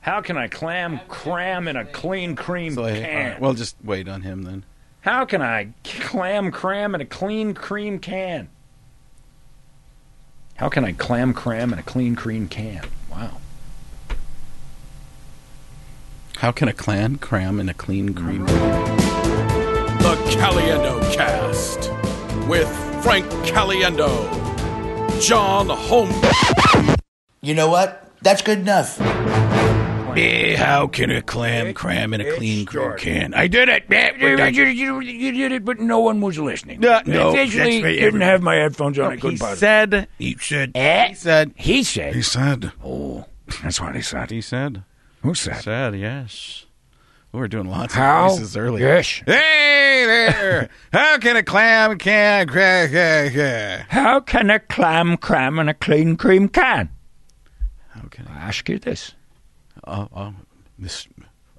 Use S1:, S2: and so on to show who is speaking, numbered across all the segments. S1: How can I clam cram in a clean cream
S2: So, hey, all
S1: can?
S2: right, well, just wait on him then.
S1: How can I clam cram in a clean cream can? How can I clam cram in a clean cream can? Wow.
S2: How can a clan cram in a clean cream?
S3: The Caliendo Cast with Frank Caliendo, John Holmes.
S4: You know what? That's good enough.
S2: Eh, how can a clam cram in a
S1: It's
S2: clean cream
S1: short.
S2: can? I did it. Eh,
S1: You,
S2: we're done.
S1: you- you- you did it, but no one was listening.
S2: No,
S1: I
S2: no,
S1: Officially,
S2: that's right.
S1: didn't have my headphones on. I
S2: He
S1: couldn't pause.
S2: said. He said.
S1: Eh?
S2: He said.
S1: He said.
S2: said.
S1: Oh, that's what he said.
S2: He said.
S1: Who said?
S2: Said yes. We were doing lots
S1: How?
S2: of voices earlier.
S1: Yes.
S2: Hey there! How can a clam can crack? How
S1: How can a clam cram in a clean cream can?
S2: can
S1: I ask you this.
S2: I, uh, uh, Miss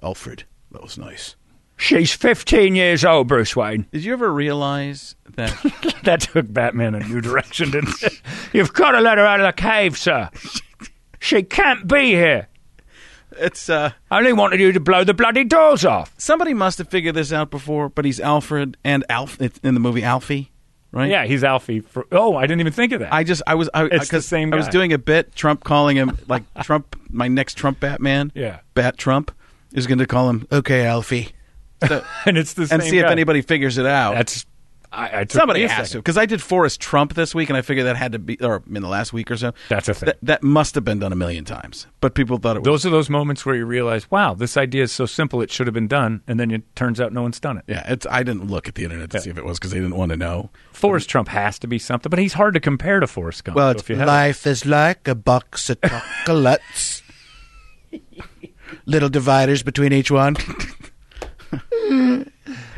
S2: Alfred? That was nice.
S1: She's 15 years old, Bruce Wayne.
S2: Did you ever realize that?
S1: That took Batman a new direction, didn't it? You've got to let her out of the cave, sir. She can't be here.
S2: it's uh,
S1: I only wanted you to blow the bloody doors off.
S2: somebody must have figured this out before. But he's Alfred and Alf it's in the movie Alfie, right?
S5: Yeah, he's Alfie. For, oh, I didn't even think of that.
S2: I just I was I,
S5: It's the
S2: 'cause
S5: same
S2: I was
S5: guy.
S2: doing a bit Trump calling him like Trump my next Trump Batman
S5: Yeah.
S2: Bat Trump is going to call him okay Alfie So-
S5: and it's the same.
S2: and see if
S5: guy.
S2: anybody figures it out
S5: That's I, I took
S2: somebody
S5: me a
S2: has to
S5: second.
S2: because I did Forrest Trump this week and I figured that had to be or in the last week or so
S5: That's a thing.
S2: that, that must have been done a million times but people thought it was
S5: Those are those moments where you realize, wow, this idea is so simple, it should have been done, and then it turns out no one's done it.
S2: yeah it's I didn't look at the internet to see if it was because they didn't want to know
S5: Forrest Trump has to be something, but he's hard to compare to Forrest Gump.
S2: Well,
S5: so
S2: it's
S5: if you have it-
S4: Life is like a box of chocolates. Little dividers between each one.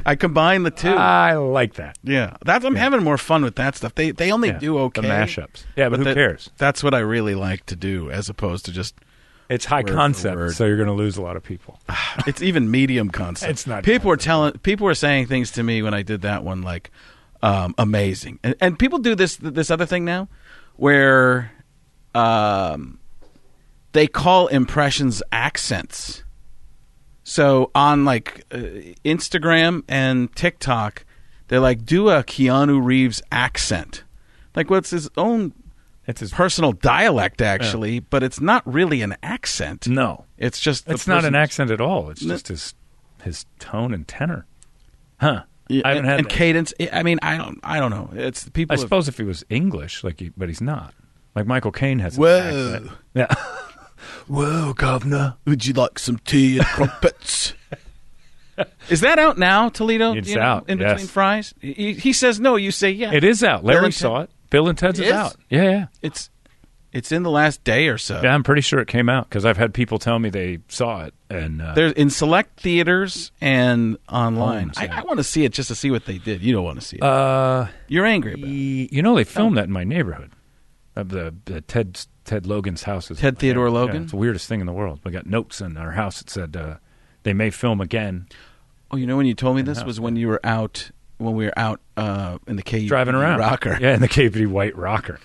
S2: I combined the two
S5: I like that.
S2: yeah that's I'm having more fun with that stuff they they only
S5: Yeah,
S2: do okay
S5: The mashups. Yeah, but, who
S2: that-
S5: cares?
S2: That's what I really like to do, as opposed to just.
S5: It's high
S2: for word.
S5: concept, so you're going to lose a lot of people.
S2: It's even medium concept.
S5: It's not
S2: People were telling. People were saying things to me when I did that one, like um, amazing, and, and people do this this other thing now, where um, they call impressions accents. So on like uh, Instagram and TikTok, they're like, do a Keanu Reeves accent, like what's his own
S5: It's his
S2: personal dialect actually, but it's not really an accent.
S5: no.
S2: It's just the
S5: It's not an
S2: person's-
S5: accent at all. It's just his his tone and tenor. Huh.
S2: Yeah,
S5: I haven't
S2: and,
S5: had
S2: and
S5: that.
S2: cadence. I mean, I don't I don't know. It's people
S5: I
S2: have-
S5: suppose if he was English, like, he, but he's not. Like Michael Caine has. an
S2: Whoa.
S5: accent. Yeah. Whoa, governor.
S2: Would you like some tea and crumpets? Is that out now, Toledo?
S5: It's
S2: You know,
S5: out,
S2: in
S5: yes.
S2: between fries. He, he says no. You say yeah.
S5: It is out. Larry
S2: Bill and Ted-
S5: saw it. Bill and Ted's
S2: It
S5: is,
S2: is?
S5: out. Yeah, yeah.
S2: It's it's in the last day or so.
S5: Yeah, I'm pretty sure it came out because I've had people tell me they saw it and uh,
S2: They're in select theaters and online.
S5: Homes,
S2: I,
S5: Oh, yeah.
S2: I want to see it just to see what they did. You don't want to see it.
S5: uh,
S2: You're angry about it.
S5: y- you know they filmed that in my neighborhood. Uh, the, the Ted Ted Logan's house is in
S2: Ted
S5: my
S2: Theodore
S5: neighborhood.
S2: Logan?
S5: Yeah, it's the weirdest thing in the world. We got notes in our house that said uh, they may film again.
S2: Oh, you know when you told me this was when you were out when we were out uh, in the KU
S5: driving around.
S2: rocker.
S5: Yeah, in the KPD White Rocker.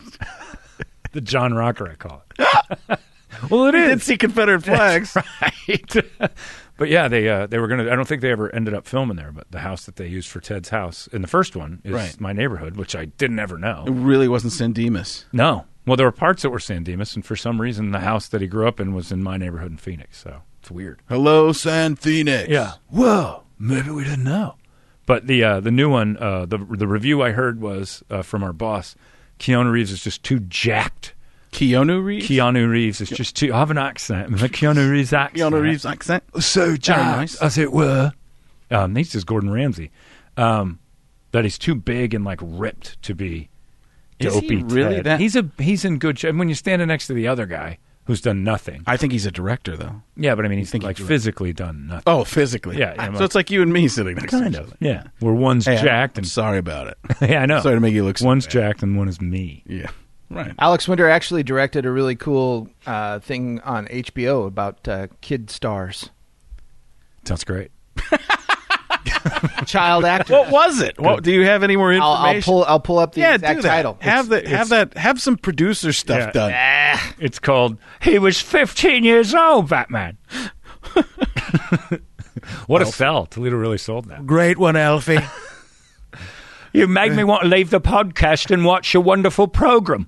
S5: the John Rocker, I call it. well, it
S2: I
S5: is.
S2: did see Confederate flags.
S5: right. but yeah, they uh, they were gonna. I don't think they ever ended up filming there. But the house that they used for Ted's house in the first one is
S2: Right.
S5: my neighborhood, which I didn't ever
S2: It
S5: know.
S2: really wasn't San Dimas.
S5: No, well, there were parts that were San Dimas, and for some reason, the house that he grew up in was in my neighborhood in Phoenix. So it's weird.
S2: Hello, San Phoenix.
S5: Yeah. Whoa. Maybe we didn't know. But the uh, the new one, uh, the the review I heard was uh, from our boss. Keanu Reeves is just too jacked.
S2: Keanu Reeves.
S5: Keanu Reeves is just too. I have an accent. The Keanu Reeves accent.
S2: Keanu Reeves accent.
S5: so jacked,
S2: nice.
S5: as it were. Um, this is Gordon Ramsay. Um, that he's too big and like ripped to be
S2: Is
S5: dopey.
S2: he really
S5: Ted.
S2: that-
S5: He's a he's in good shape. And When you're standing next to the other guy who's done nothing,
S2: I think he's a director though.
S5: yeah, but I mean he's
S2: think
S5: like
S2: he's right.
S5: physically done nothing.
S2: Oh, physically.
S5: Yeah, yeah,
S2: so
S5: I'm
S2: it's like you and me sitting next to
S5: kind
S2: each
S5: of.
S2: other.
S5: Yeah, where one's
S2: Hey, I'm-
S5: jacked
S2: I'm
S5: and
S2: sorry about it.
S5: yeah, I know.
S2: sorry to make you look. so
S5: one's
S2: bad.
S5: jacked and one is me.
S2: Yeah. Right.
S6: Alex Winter actually directed a really cool uh, thing on HBO about uh, kid stars.
S5: Sounds great.
S6: child actor.
S2: What was it? What do you have any more
S6: I'll,
S2: information?
S6: I'll pull. I'll pull up the
S2: yeah,
S6: exact
S2: do that.
S6: title.
S2: Have the have that have some producer stuff
S5: Yeah.
S2: done.
S5: It's called He Was 15 Years Old, Batman. what a sell. Toledo really sold that.
S4: Great one, Alfie.
S5: You make me want to leave the podcast and watch your wonderful program.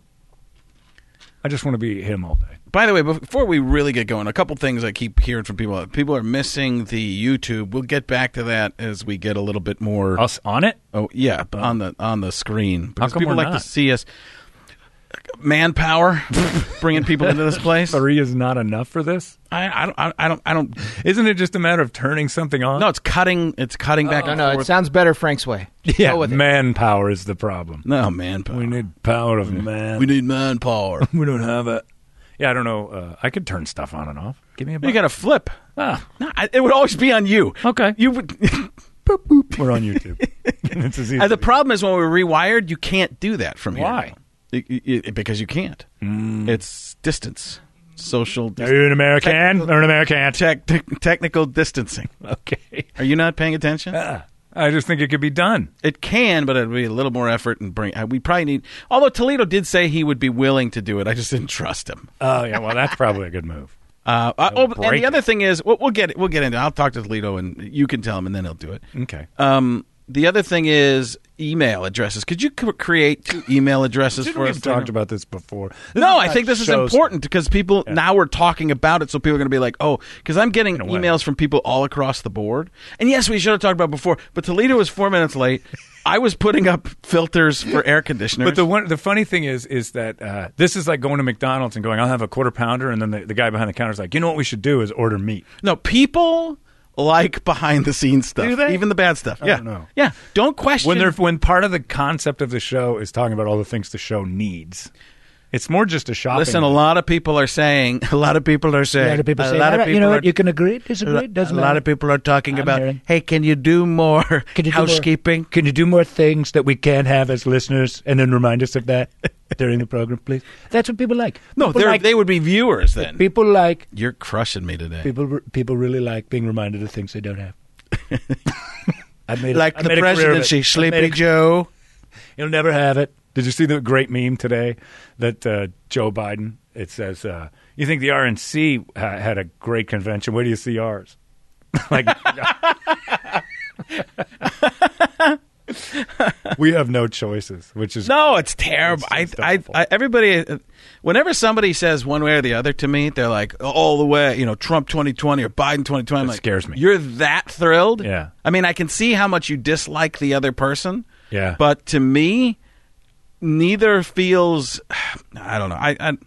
S5: I just want to be him all day.
S2: By the way, before we really get going, a couple things I keep hearing from people. People are missing the YouTube. We'll get back to that as we get a little bit more.
S5: Us on it?
S2: Oh yeah, on the on the screen because
S5: come
S2: people
S5: we're
S2: like
S5: not?
S2: to see us. uh, Manpower, bringing people into this place. I,
S5: Three is not enough for this?
S2: I don't. I, I don't. I don't.
S5: Isn't it just a matter of turning something on?
S2: No, it's cutting. It's cutting back.
S6: No,
S2: and
S6: Oh, no, ah, it
S2: forth.
S6: sounds better Frank's way.
S5: yeah,
S6: Go with it.
S5: manpower is the problem.
S2: no manpower.
S5: We need power of man.
S2: We need manpower.
S5: We don't have it. Yeah, I don't know. Uh, I could turn stuff on and off. Give me a
S2: you
S5: buck.
S2: got to flip.
S5: Ah,
S2: No, I, it would always be on you.
S5: okay.
S2: You would.
S5: We're on YouTube. it's as easy.
S2: the problem is when we're rewired, you can't do that from here.
S5: Why? Mm.
S2: It- it- it- because you can't. It's distance, social,
S5: Are
S2: dis-
S5: you an American or an American?
S2: tech, tech- technical distancing.
S5: Okay.
S2: Are you not paying attention?
S5: Uh. I just think it could be done.
S2: It can, but it'd be a little more effort and bring. uh, We probably need. Although Toledo did say he would be willing to do it, I just didn't trust him.
S5: Oh yeah, well that's probably a good move.
S2: Uh, uh, oh, and
S5: break
S2: the other thing is, we'll, we'll get we'll get into. I'll talk to Toledo, and you can tell him, and then he'll do it.
S5: Okay.
S2: Um, the other thing is email addresses. Could you c- create two email addresses
S5: Didn't
S2: for
S5: we
S2: us?
S5: have talked about this before? This
S2: No,
S5: is
S2: I
S5: not
S2: think this is
S5: show-
S2: important because people now we're talking about it, so people are going to be like, "Oh," because I'm getting
S5: way.
S2: emails from people all across the board. And yes, we should have talked about it before, but Toledo was four minutes late. I was putting up filters for air conditioners.
S5: But the one, the funny thing is, is that uh, this is like going to McDonald's and going, "I'll have a quarter pounder," and then the, the guy behind the counter is like, "You know what we should do is order meat."
S2: no people like behind the scenes stuff,
S5: Do they?
S2: even the bad stuff. yeah,
S5: don't know.
S2: yeah. Don't question
S5: When they're when part of the concept of the show is talking about all the things the show needs, it's more just a shopping.
S2: Listen, a
S5: list.
S2: lot of people are saying. A lot of people are saying.
S4: lot of people say, "I don't- you know what, you
S2: can agree, disagree. a lot of people are talking about. Hey, can you do more housekeeping?
S1: Can you do more things that we can't have as listeners and then remind us of that during the program, please? That's what people like.
S2: No,
S1: people
S2: they're,
S1: like,
S2: they would be viewers then.
S1: people like
S2: You're crushing me today.
S1: people re- people really like being reminded of things they don't have. I made a-
S4: Like
S1: I
S4: the
S1: made a career of it.
S4: presidency,
S1: I made
S4: Sleepy
S1: a-
S4: Joe.
S5: You'll never have it. Did you see the great meme today that uh, Joe Biden? It says, uh, "You think the RNC uh, had a great convention? Where do you see ours?" like, we have no choices, which is
S2: No, it's terrible. I,
S5: It's
S2: I,
S5: awful.
S2: I, everybody, whenever somebody says one way or the other to me, they're like all the way, you know, Trump 2020 or Biden 2020. I'm
S5: That
S2: like,
S5: scares me.
S2: You're that thrilled?
S5: Yeah.
S2: I mean, I can see how much you dislike the other person.
S5: Yeah.
S2: But to me, neither feels. I don't know. I, I,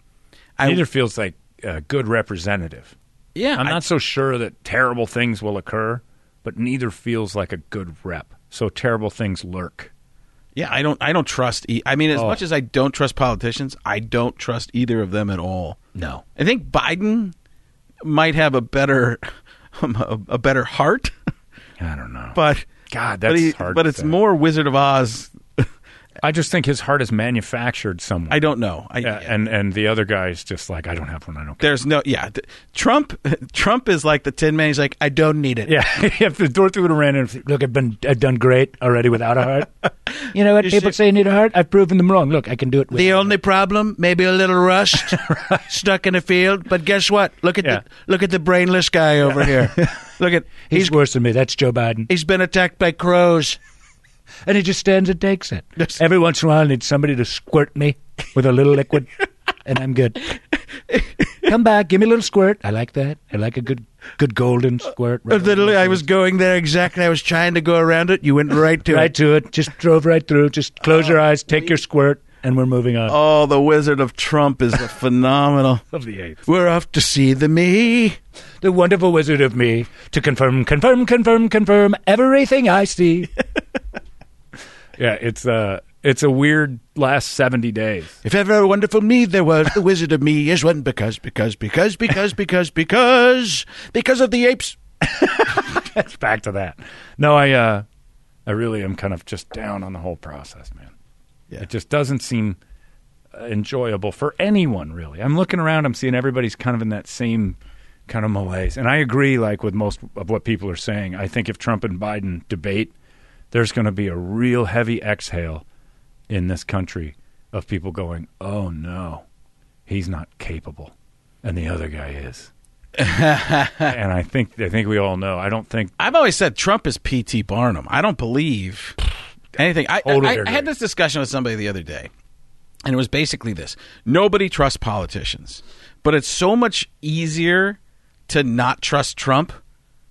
S2: I
S5: neither feels like a good representative.
S2: Yeah.
S5: I'm
S2: I-
S5: not so sure that terrible things will occur, but neither feels like a good rep. So terrible things lurk.
S2: Yeah, I don't. I don't trust. E- I mean, as
S5: Oh.
S2: much as I don't trust politicians, I don't trust either of them at all.
S5: No.
S2: I think Biden might have a better, um, a, a better heart,
S5: I don't know.
S2: but
S5: God,
S2: but
S5: that's
S2: he-
S5: hard
S2: But
S5: to
S2: it's
S5: say.
S2: more Wizard of Oz.
S5: I just think his heart is manufactured somewhere.
S2: I don't know. I,
S5: Yeah, Uh, and and the other guy's just like, I don't have one. I don't care.
S2: there's no. Yeah, th- Trump. Trump is like the Tin Man. He's like, I don't need it.
S5: Yeah, if the Dorothy would have ran in,
S1: Look, I've been I've done great already without a heart. you know what
S2: You
S1: people
S2: should-
S1: say? I need a heart. I've proven them wrong. Look, I can do it. With
S4: The only problem, maybe a little rust, stuck in the field. But guess what? Look at
S5: Yeah.
S4: the look at the brainless guy over here.
S2: Look at
S1: he's,
S2: he's
S1: worse than me. That's Joe Biden,
S4: He's been attacked by crows.
S1: and he just stands and takes it.
S2: Yes.
S1: Every once in a while, I need somebody to squirt me with a little liquid, and I'm good. Come back, give me a little squirt. I like that. I like a good good golden squirt.
S4: Uh,
S1: Right,
S4: Literally, I was going there exactly. I was trying to go around it. You went right to
S1: right
S4: it.
S1: to it. Just drove right through. Just close your eyes, take your squirt, and we're moving on.
S2: oh, the Wizard of Trump is a phenomenal.
S5: of the eighth.
S4: We're off to see the me.
S1: The wonderful wizard of me to confirm, confirm, confirm, confirm everything I see.
S5: Yeah, it's uh it's a weird last seventy days.
S4: If ever a wonderful me there was, the wizard of me is one because, because, because, because, because, because, because of the apes.
S5: It's back to that. No, I uh I really am kind of just down on the whole process, man.
S2: Yeah.
S5: It just doesn't seem uh, enjoyable for anyone really. I'm looking around, I'm seeing everybody's kind of in that same kind of malaise. And I agree, like with most of what people are saying. I think if Trump and Biden debate, there's going to be a real heavy exhale in this country of people going, "Oh no, he's not capable," and the other guy is. and I think I think we all know. I don't think
S2: I've always said Trump is P.T. Barnum. I don't believe anything. I,
S5: Totally
S2: I, I
S5: agree.
S2: had this discussion with somebody the other day, and it was basically this nobody trusts politicians, but it's so much easier to not trust Trump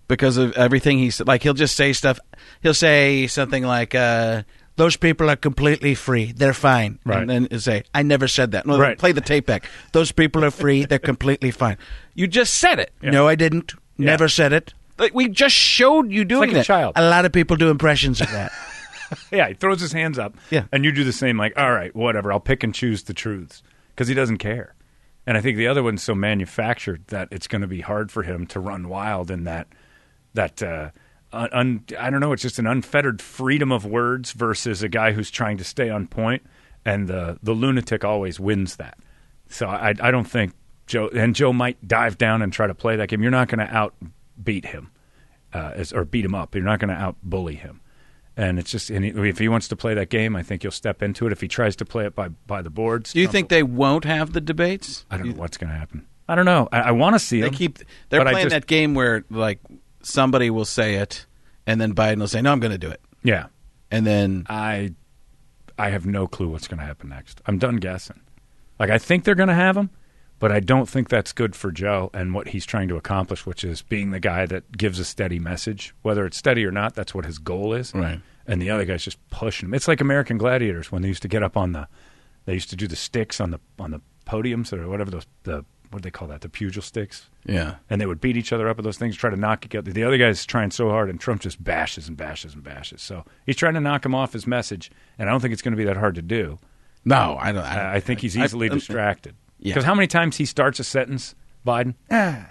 S2: because of everything he said. Like, he'll just say stuff, he'll say something like, uh, those people are completely free. They're fine.
S5: Right.
S2: And then he'll say, I never said that. No,
S5: Right.
S2: Play the tape back. Those people are free. They're completely fine. You just said it.
S5: No,
S2: I didn't.
S5: Never
S2: said it. Like we just showed you doing
S5: like a
S2: that.
S5: child.
S2: A lot of people do impressions of that.
S5: Yeah, he throws his hands up.
S2: Yeah.
S5: And you do the same, like, all right, whatever. I'll pick and choose the truths because he doesn't care. And I think the other one's so manufactured that it's going to be hard for him to run wild in that, that, uh, un, un- I don't know, it's just an unfettered freedom of words versus a guy who's trying to stay on point, And the, the lunatic always wins that. So I, I don't think Joe, and Joe might dive down and try to play that game. You're not going to outbeat him uh, as, or beat him up. You're not going to out bully him. And it's just, and he, if he wants to play that game, I think he'll step into it. If he tries to play it by, by the boards,
S2: do you
S5: Trump
S2: think they won't have the debates?
S5: will- I don't know what's going to happen. I don't know. I, I want to see
S2: They
S5: him.
S2: keep they're
S5: but I
S2: playing
S5: just-
S2: that game where like somebody will say it and then Biden will say, No, I'm gonna do it.
S5: Yeah,
S2: And then
S5: I, I have no clue what's going to happen next. I'm done guessing. Like I think they're going to have him, but I don't think that's good for Joe and what he's trying to accomplish, which is being the guy that gives a steady message, whether it's steady or not. That's what his goal is.
S2: Right.
S5: And the other guy's just pushing him. It's like American Gladiators when they used to get up on the, they used to do the sticks on the on the podiums or whatever those the what do they call that the pugil sticks
S2: Yeah.
S5: and they would beat each other up with those things, try to knock each other. The other guy's trying so hard, and Trump just bashes and bashes and bashes. So he's trying to knock him off his message, and I don't think it's going to be that hard to do.
S2: No, I don't I,
S5: I I think he's easily
S2: I-
S5: distracted.
S2: Yeah.
S5: Because how many times he starts a sentence, Biden? "Ah,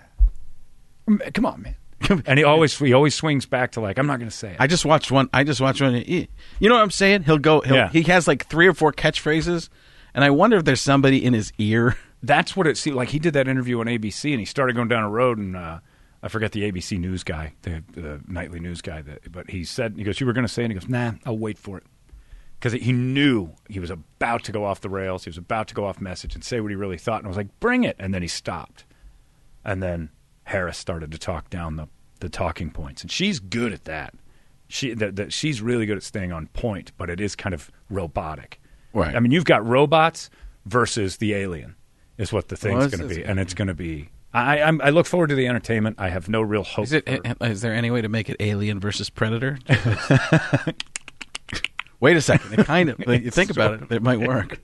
S5: m- come on, man. and he always he always swings back to like, I'm not going to say it.
S2: I just watched one. I just watched one. You know what I'm saying? He'll go. He'll,
S5: Yeah.
S2: He has like three or four catchphrases, and I wonder if there's somebody in his ear.
S5: that's what it seemed like. He did that interview on ABC, and he started going down a road, and uh, I forget the ABC news guy, the, the nightly news guy, that, but he said, he goes, "You were going to say," it," and he goes, "Nah, I'll wait for it," because he knew he was about to go off the rails. He was about to go off message and say what he really thought, and I was like, "Bring it!" And then he stopped, and then Harris started to talk down the the talking points, and she's good at that. She that that she's really good at staying on point, but it is kind of robotic.
S2: Right.
S5: I mean, you've got robots versus the alien is what the thing's
S2: Well, it's-
S5: going to be,
S2: it's-
S5: and it's going to be. I, I'm, I look forward to the entertainment. I have no real hope.
S2: Is it? eh,
S5: for-
S2: Is there any way to make it Alien versus Predator? Wait a second. It kind of. like, you think about it, it might work.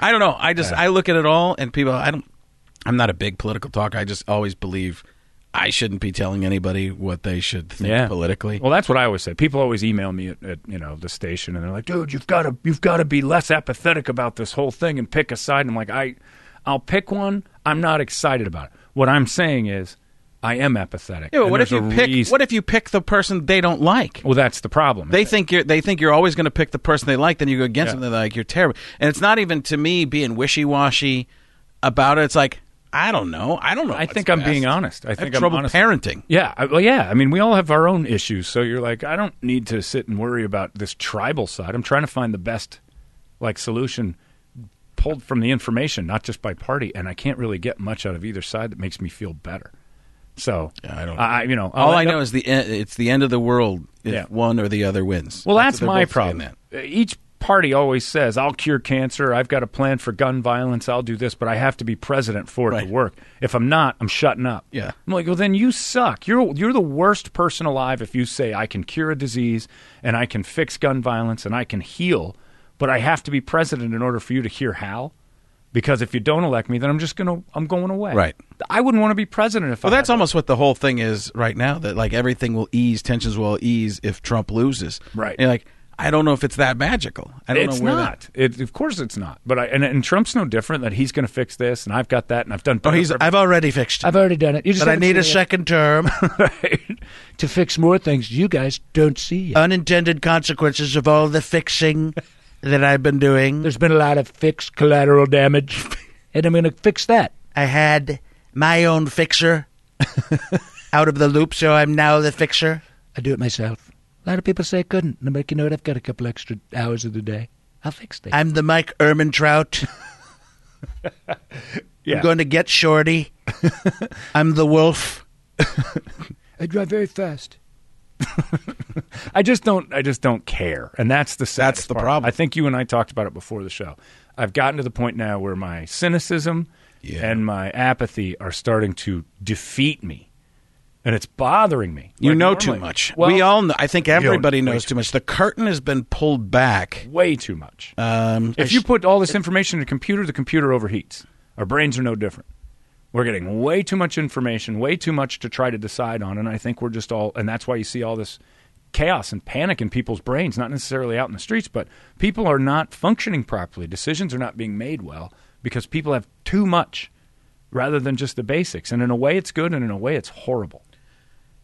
S2: I don't know. I just I look at it all, and people. I don't. I'm not a big political talker. I just always believe I shouldn't be telling anybody what they should think politically.
S5: Well, that's what I always say. People always email me at, at you know the station, and they're like, "Dude, you've got to you've got to be less apathetic about this whole thing and pick a side." And I'm like, "I, I'll pick one. I'm not excited about it. What I'm saying is, I am apathetic.
S2: yeah, but
S5: and
S2: what if
S5: there's
S2: you
S5: a
S2: pick?
S5: reason-
S2: What if you pick the person they don't like?
S5: well, that's the problem.
S2: They think you're. They think you're always going to pick the person they like. Then you go against them. They're like, you're terrible. And it's not even to me being wishy washy about it. It's like I don't know. I don't know.
S5: I
S2: what's
S5: think I'm
S2: best.
S5: being honest. I
S2: I have
S5: think I'm
S2: trouble
S5: honest.
S2: parenting.
S5: Yeah, I, well, yeah. I mean, we all have our own issues. So you're like, I don't need to sit and worry about this tribal side. I'm trying to find the best, like, solution pulled from the information, not just by party. And I can't really get much out of either side that makes me feel better. So
S2: I don't-
S5: Oh, I, you know,
S2: All
S5: I'll
S2: I
S5: end up-
S2: know is the end, it's the end of the world if
S5: Yeah.
S2: one or the other wins.
S5: Well, that's,
S2: what they're
S5: my
S2: both saying
S5: problem. Uh, Each party always says, "I'll cure cancer. I've got a plan for gun violence. I'll do this," but I have to be president for it
S2: Right.
S5: to work. If I'm not, I'm shutting up.
S2: Yeah.
S5: I'm like, well, then you suck. You're you're the worst person alive if you say I can cure a disease and I can fix gun violence and I can heal, but I have to be president in order for you to hear how. Because if you don't elect me, then I'm just gonna I'm going away.
S2: Right.
S5: I wouldn't want to be president if
S2: Well,
S5: I.
S2: that's
S5: had-
S2: almost what the whole thing is right now. That like everything will ease, tensions will ease if Trump loses.
S5: Right.
S2: And you're like, I don't know if it's that magical. I don't
S5: it's
S2: know where that-
S5: not. It, of course, it's not. But I and, and Trump's no different. That he's going to fix this, and I've got that, and I've done.
S2: Oh, he's.
S5: better for
S2: I've already fixed. it.
S1: I've already done it. You just
S4: But I
S1: haven't
S4: need a
S1: seen it
S4: second term.
S1: to fix more things you guys don't see. yet.
S4: Unintended consequences of all the fixing that I've been doing.
S1: There's been a lot of fixed collateral damage, and I'm going to fix that.
S4: I had my own fixer out of the loop, so I'm now the fixer.
S1: I do it myself. A lot of people say I couldn't. And I'm like, you know what? I've got a couple extra hours of the day. I'll fix it.
S4: I'm the Mike Ermintrout.
S5: Yeah.
S4: I'm going to get Shorty. I'm the wolf.
S1: I drive very fast.
S5: I just don't. I just don't care, and that's the saddest
S2: That's the
S5: part.
S2: problem.
S5: I think you and I talked about it before the show. I've gotten to the point now where my cynicism
S2: Yeah.
S5: and my apathy are starting to defeat me, and it's bothering me.
S2: You
S5: Like,
S2: know
S5: normally-
S2: too much.
S5: Well,
S2: we all know. I think
S5: don't
S2: everybody
S5: know
S2: knows
S5: too
S2: too much. The curtain has been pulled back.
S5: way too much.
S2: Um,
S5: if you put all this information in a computer, the computer overheats. Our brains are no different. We're getting way too much information, way too much to try to decide on, and I think we're just all, and that's why you see all this chaos and panic in people's brains, not necessarily out in the streets, but people are not functioning properly. Decisions are not being made well because people have too much rather than just the basics. And in a way, it's good, and in a way, it's horrible.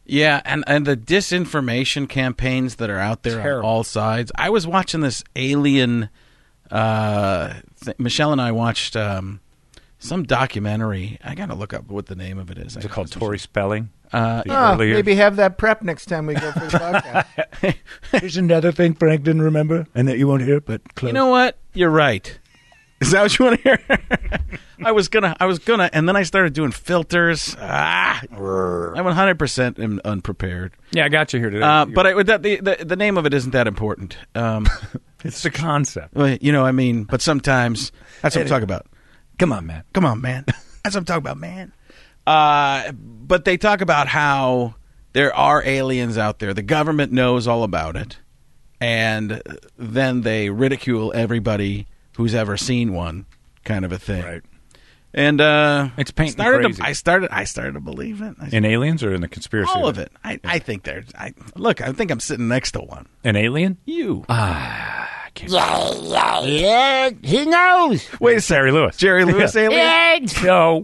S2: Yeah, and, and the disinformation campaigns that are out there
S5: Terrible.
S2: on all sides. I was watching this alien. Uh, th- Michelle and I watched um, some documentary. I gotta look up what the name of it is.
S5: Is it called Tory Spelling?
S2: Uh,
S5: The
S6: Ah,
S5: earlier-
S6: maybe have that prep next time we go for the podcast.
S1: There's another thing Frank didn't remember and that you won't hear, but close.
S2: You know what? You're right. Is that what you want to hear? I was gonna, I was gonna, and then I started doing filters. Ah, I 100 percent am unprepared.
S5: Yeah, I got you here today.
S2: Uh, but I, that, the, the the name of it isn't that important. Um,
S5: it's the concept.
S2: Well, you know, I mean, but sometimes that's what I'm talking about.
S5: Come on, man.
S2: Come on, man. That's what I'm talking about, man. Uh, but they talk about how there are aliens out there. The government knows all about it. And then they ridicule everybody who's ever seen one, kind of a thing.
S5: Right.
S2: And uh,
S5: It's painting
S2: started
S5: crazy.
S2: To, I started. I started to believe it. I,
S5: In aliens or in the conspiracy?
S2: all of it. I, I think there's. I look. I think I'm sitting next to one.
S5: An alien? Ah,
S2: You.
S7: He knows.
S5: Wait, Sarah Lewis.
S2: Jerry Lewis alien.
S5: So,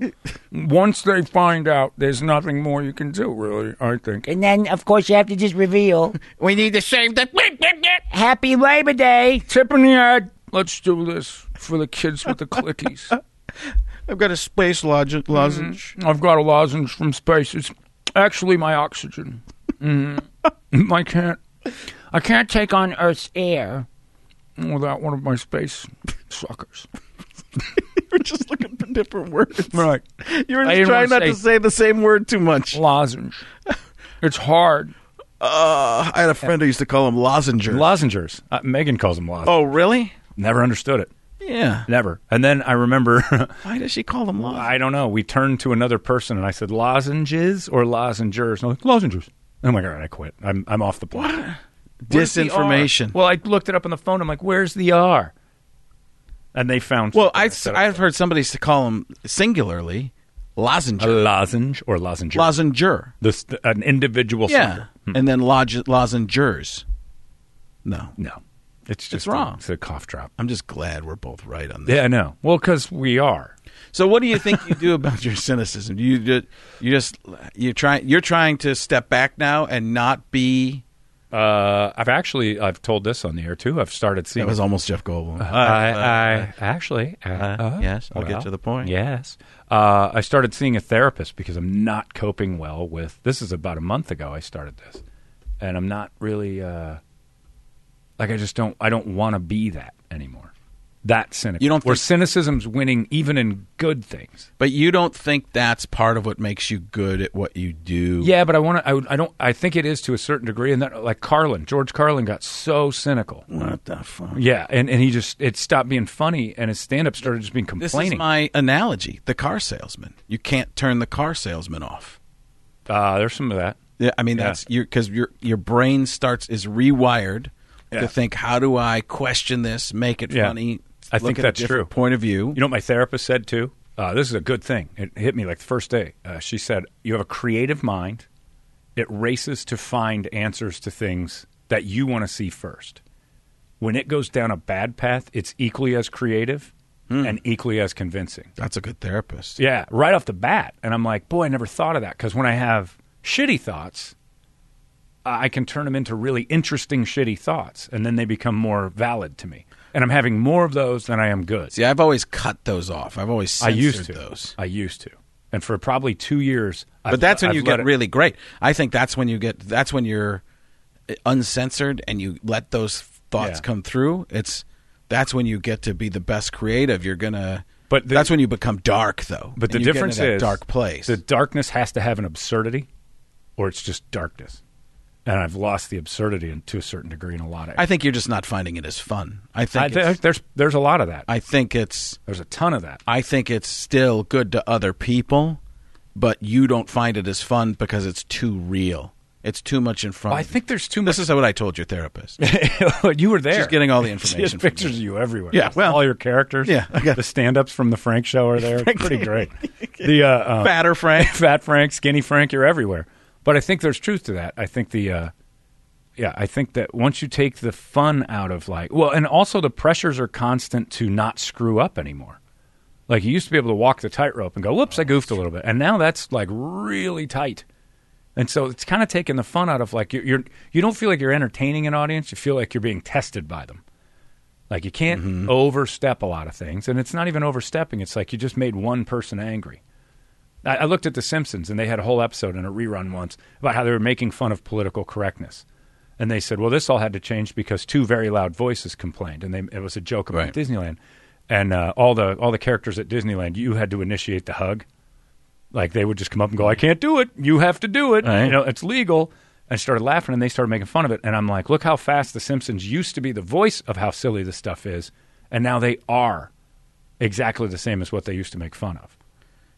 S5: once they find out, there's nothing more you can do, really, I think.
S7: And then, of course, you have to just reveal.
S2: We need to save the.
S7: Happy Labor Day.
S5: Tip in the head. Let's do this for the kids with the clickies.
S2: I've got a space logic lozenge.
S5: I've got a lozenge from space. It's actually my oxygen. Mm. I can't. I can't take on Earth's air without one of my space suckers.
S2: We're just looking for different words.
S5: Right.
S2: You were
S5: I
S2: just
S5: didn't
S2: trying
S5: wanna
S2: not to
S5: say-
S2: say the same word too much.
S5: Lozenge. It's hard.
S2: Uh, I had a friend who used to call him lozenger.
S5: Lozengers. Uh, Megan calls them lozenges.
S2: oh, really?
S5: Never understood it.
S2: Yeah.
S5: Never. And then I remember,
S2: Why does she call them lozenges?
S5: I don't know, we turned to another person and I said, lozenges or lozengers? And I'm like, lozenges. Oh my God, I quit. I'm, I'm off the block. Where's the R?
S2: Disinformation.
S5: Well, I looked it up on the phone. I'm like, where's the R? And they found
S2: Well,
S5: something
S2: I,
S5: said,
S2: have heard somebody s- call them singularly
S5: a
S2: lozenger.
S5: lozenge or lozenger.
S2: Lozenger.
S5: This- an individual
S2: Yeah.
S5: sucker. Hmm.
S2: And then lodge, lozengers. No.
S5: No. It's just
S2: wrong.
S5: A, it's a cough drop.
S2: I'm just glad we're both right on this.
S5: Yeah, I know. Well, because we are.
S2: So, what do you think you do about your cynicism? You just, you just, you try, you're trying to step back now and not be.
S5: Uh, I've actually I've told this on the air too. I've started seeing
S2: That was almost Jeff Goldblum.
S5: I, I actually, uh,
S2: uh, yes, I'll get to the point.
S5: Yes, uh, I started seeing a therapist because I'm not coping well with. This is about a month ago. I started this, and I'm not really uh, like I just don't. I don't want to be that anymore. That cynical.
S2: You don't
S5: Where
S2: think-
S5: cynicism's winning even in good things.
S2: But you don't think that's part of what makes you good at what you do?
S5: Yeah, but I want to. I, would- I don't. I think it is to a certain degree, and that like Carlin, George Carlin, got so cynical.
S2: What the fuck?
S5: Yeah, and, and he just it stopped being funny, and his stand up started just being
S2: This
S5: complaining.
S2: is my analogy: the car salesman. You can't turn the car salesman off.
S5: uh, there's some of that.
S2: Yeah, I mean
S5: Yeah.
S2: that's you because your your brain starts is rewired
S5: Yeah.
S2: to think how do I question this, make it
S5: Yeah.
S2: funny.
S5: I
S2: look
S5: think
S2: at
S5: that's
S2: a different
S5: true.
S2: Point of view.
S5: You know what my therapist said too? Uh, this is a good thing. It hit me like the first day. Uh, she said, You have a creative mind, it races to find answers to things that you want to see first. When it goes down a bad path, it's equally as creative
S2: Hmm.
S5: and equally as convincing.
S2: that's a good therapist.
S5: Yeah, right off the bat. And I'm like, Boy, I never thought of that. Because when I have shitty thoughts, I I can turn them into really interesting, shitty thoughts. And then they become more valid to me. And I'm having more of those than I am good.
S2: See, I've always cut those off. I've always
S5: I
S2: censored
S5: used to.
S2: those.
S5: I used to. and for probably two years.
S2: But that's when you get really great. I think that's when you get that's when you're uncensored and you let those thoughts
S5: Yeah.
S2: come through. It's that's when you get to be the best creative. You're gonna.
S5: But the-
S2: that's when you become dark, though.
S5: But the
S2: and you get
S5: difference
S2: into that
S5: is
S2: dark place.
S5: The darkness has to have an absurdity, or it's just darkness. And I've lost the absurdity in, to a certain degree in a lot of.
S2: I think you're just not finding it as fun. I think.
S5: I
S2: it's-
S5: thi- there's there's a lot of that.
S2: I think it's.
S5: there's a ton of that.
S2: I think it's still good to other people, but you don't find it as fun because it's too real. It's too much in front.
S5: Well, I
S2: of you.
S5: think there's too
S2: This is what I told your therapist.
S5: you were there.
S2: She's getting all the
S5: She has
S2: information. from me.
S5: pictures of you everywhere.
S2: Yeah, well-
S5: all your characters.
S2: Yeah, I got-
S5: the stand-ups from the Frank Show are there. It's pretty great. The uh, uh,
S2: Fatter Frank.
S5: fat Frank, skinny Frank, you're everywhere. But I think there's truth to that. I think the, uh, yeah, I think that once you take the fun out of like, well, and also the pressures are constant to not screw up anymore. Like you used to be able to walk the tightrope and go, whoops, I goofed a little bit, and now that's like really tight. And so it's kind of taking the fun out of like you're, you're you don't feel like you're entertaining an audience. You feel like you're being tested by them. Like you can't overstep a lot of things, and it's not even overstepping. It's like you just made one person angry. I, I looked at The Simpsons, and they had a whole episode in a rerun once about how they were making fun of political correctness. And they said, well, this all had to change because two very loud voices complained, and they, it was a joke about
S2: Right.
S5: Disneyland. And uh, all the all the characters at Disneyland, you had to initiate the hug. Like they would just come up and go, "I can't do it. You have to do it.
S2: Right.
S5: You know, it's legal." I started laughing, and they started making fun of it. And I'm like, "Look how fast The Simpsons used to be the voice of how silly this stuff is, and now they are exactly the same as what they used to make fun of."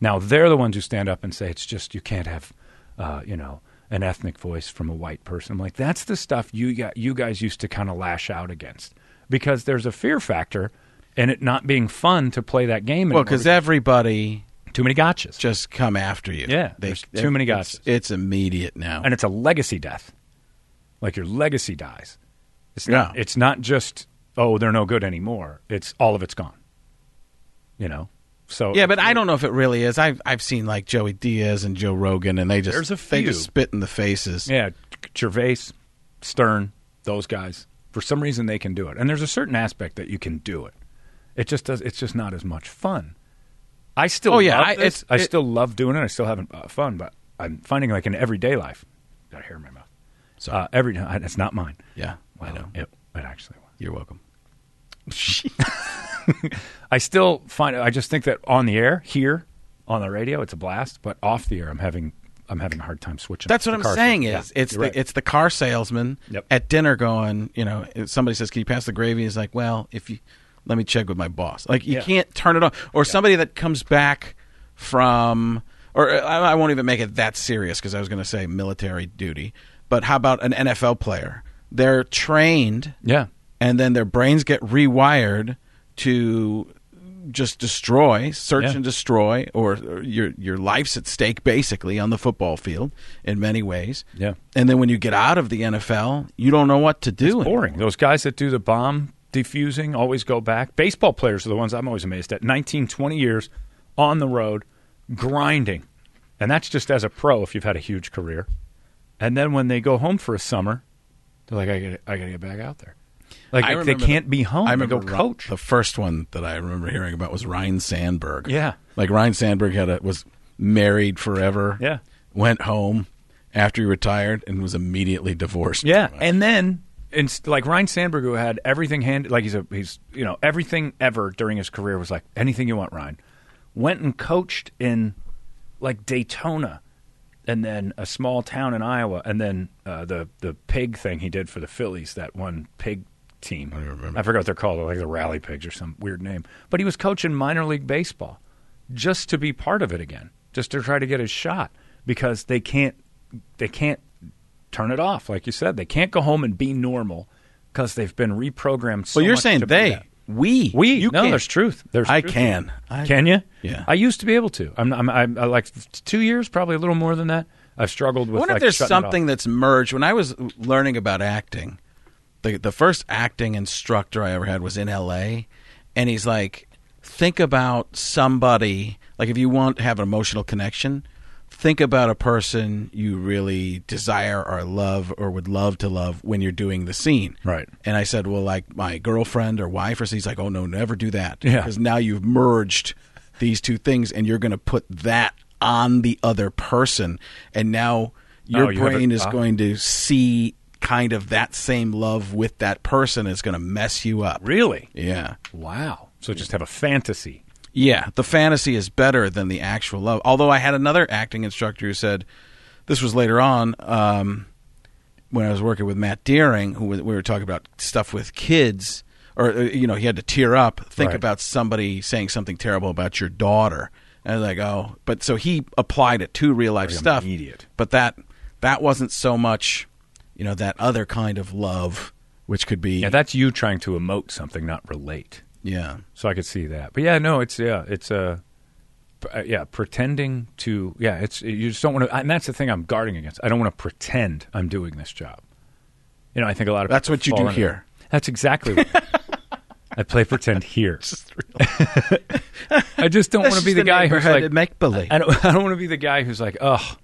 S5: Now they're the ones who stand up and say it's just you can't have, uh, you know, an ethnic voice from a white person. I'm like that's the stuff you got, you guys used to kind of lash out against because there's a fear factor in it not being fun to play that game.
S2: Well,
S5: anymore
S2: because everybody
S5: too many gotchas.
S2: just come after you.
S5: Yeah, there's too many
S2: it's-
S5: gotchas.
S2: It's, immediate now.
S5: and it's a legacy death. Like your legacy dies. It's not,
S2: Yeah.
S5: it's not just oh they're no good anymore. It's all of it's gone. You know. So
S2: yeah, but I don't know if it really is. I've I've seen like Joey Diaz and Joe Rogan, and they just
S5: There's a
S2: they just
S5: few.
S2: spit in the faces.
S5: yeah, Gervais, Stern, those guys. For some reason they can do it. And there's a certain aspect that you can do it. It just does it's just not as much fun. I still
S2: Oh, yeah,
S5: love
S2: I-
S5: this.
S2: it's-
S5: I
S2: it-
S5: still love doing it. I still having uh, fun, but I'm finding like in everyday life. Got hair in my mouth.
S2: So
S5: Uh, every time it's not mine.
S2: yeah, I
S5: Well,
S2: know.
S5: It, it actually was.
S2: You're welcome.
S5: I still find I just think that on the air here on the radio it's a blast, but off the air I'm having I'm having a hard time switching.
S2: That's
S5: to
S2: what I'm
S5: car
S2: saying.
S5: sales.
S2: Is
S5: Yeah,
S2: it's the
S5: you're right.
S2: it's the car salesman
S5: Yep.
S2: at dinner going. You know, if somebody says, "Can you pass the gravy?" He's like, "Well, if you let me check with my boss." Like you
S5: Yeah.
S2: can't turn it on. Or somebody that comes back from, or uh, I, I won't even make it that serious because I was going to say military duty. But how about an NFL player? They're trained
S5: yeah.
S2: and then their brains get rewired to just destroy, search
S5: Yeah.
S2: and destroy, or, or your your life's at stake basically on the football field in many ways.
S5: Yeah.
S2: And then when you get out of the NFL, you don't know what to do. anymore.
S5: boring. Those guys that do the bomb defusing always go back. Baseball players are the ones I'm always amazed at. 19, 20 years on the road, grinding. And that's just as a pro if you've had a huge career. And then when they go home for a summer, they're like, I got I gotta get back out there. Like
S2: I
S5: they
S2: remember
S5: can't
S2: the-
S5: be home.
S2: I
S5: They
S2: remember
S5: go
S2: Ri-
S5: coach.
S2: The first one that I remember hearing about was Ryan Sandberg.
S5: Yeah.
S2: like Ryan Sandberg had a, was married forever.
S5: Yeah.
S2: went home after he retired and was immediately divorced.
S5: Yeah, and then it's like Ryan Sandberg, who had everything hand like he's a he's you know everything ever during his career was like anything you want, Ryan. Went and coached in like Daytona, and then a small town in Iowa, and then uh, the the pig thing he did for the Phillies, that one pig team. I remember. I forgot what they're called, like the Rally Pigs or some weird name. But he was coaching minor league baseball just to be part of it again, just to try to get his shot because they can't they can't turn it off like you said. They can't go home and be normal because they've been reprogrammed so
S2: Well, you're
S5: much
S2: saying
S5: to be
S2: they,
S5: that.
S2: we,
S5: We
S2: you
S5: no,
S2: can't.
S5: there's truth. There's
S2: I
S5: truth.
S2: can. I,
S5: Can you?
S2: Yeah.
S5: I used to be able to. I'm, I'm, I'm I like two years, probably a little more than that. I've struggled with.
S2: I wonder
S5: like,
S2: if there's
S5: shutting it off.
S2: something that's merged. When I was learning about acting, the the first acting instructor I ever had was in L.A., and he's like, think about somebody like if you want to have an emotional connection, think about a person you really desire or love or would love to love when you're doing the scene.
S5: Right.
S2: And I said, well, like my girlfriend or wife or so. He's like, oh no, never do that.
S5: Yeah.
S2: Because now you've merged these two things, and you're going to put that on the other person, and now your
S5: Oh, you have
S2: brain
S5: it-
S2: is
S5: ah.
S2: going to see kind of that same love with that person. It's going to mess you up.
S5: Really?
S2: Yeah.
S5: Wow. So just have a fantasy.
S2: Yeah, the fantasy is better than the actual love. Although I had another acting instructor who said, this was later on um, when I was working with Matt Deering, who was, we were talking about stuff with kids, or uh, you know, he had to tear up, think
S5: Right.
S2: about somebody saying something terrible about your daughter, and I was like, oh, but so he applied it to real life
S5: Like an
S2: stuff.
S5: idiot.
S2: But that that wasn't so much, you know, that other kind of love, which could be
S5: Yeah, that's you trying to emote something, not relate.
S2: yeah.
S5: So I could see that. But yeah, no, it's yeah, it's uh, p- uh, yeah, pretending to yeah, it's you just don't want to, and that's the thing I'm guarding against. I don't want to pretend I'm doing this job. You know, I think a lot of
S2: That's
S5: people
S2: what you
S5: fall
S2: do
S5: into-
S2: here.
S5: That's exactly. what I play pretend here. I just don't want to be the guy who's like
S2: make believe.
S5: I don't, I don't want to be the guy who's like, oh,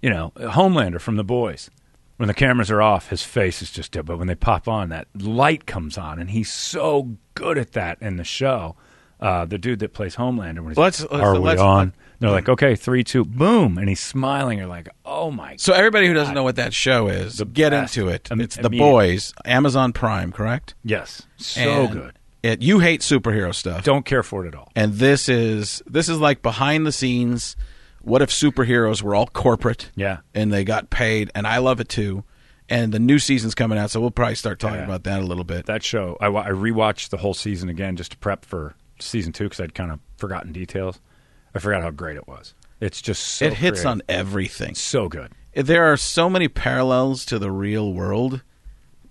S5: you know, Homelander from The Boys. When the cameras are off, his face is just dead. But when they pop on, that light comes on, and he's so good at that in the show. Uh, the dude that plays Homelander, when he's
S2: Let's-
S5: like,
S2: let's-
S5: are we
S2: let's-
S5: on? They're like, okay, three, two, boom, and he's smiling. You're like, oh my
S2: So everybody who doesn't know what that show is, get
S5: best.
S2: into it.
S5: Im-
S2: it's The
S5: immediately.
S2: Boys, Amazon Prime, correct?
S5: yes, so
S2: And
S5: good.
S2: It, you hate superhero stuff,
S5: Don't care for it at all.
S2: and this is this is like behind the scenes. What if superheroes were all corporate?
S5: Yeah.
S2: and they got paid, and I love it too. And the new season's coming out, so we'll probably start talking
S5: Yeah.
S2: about that a little bit.
S5: that show. I, wa- I rewatched the whole season again just to prep for season two because I'd kind of forgotten details. I forgot how great it was. It's just so
S2: it hits
S5: creative.
S2: on everything.
S5: so good.
S2: There are so many parallels to the real world.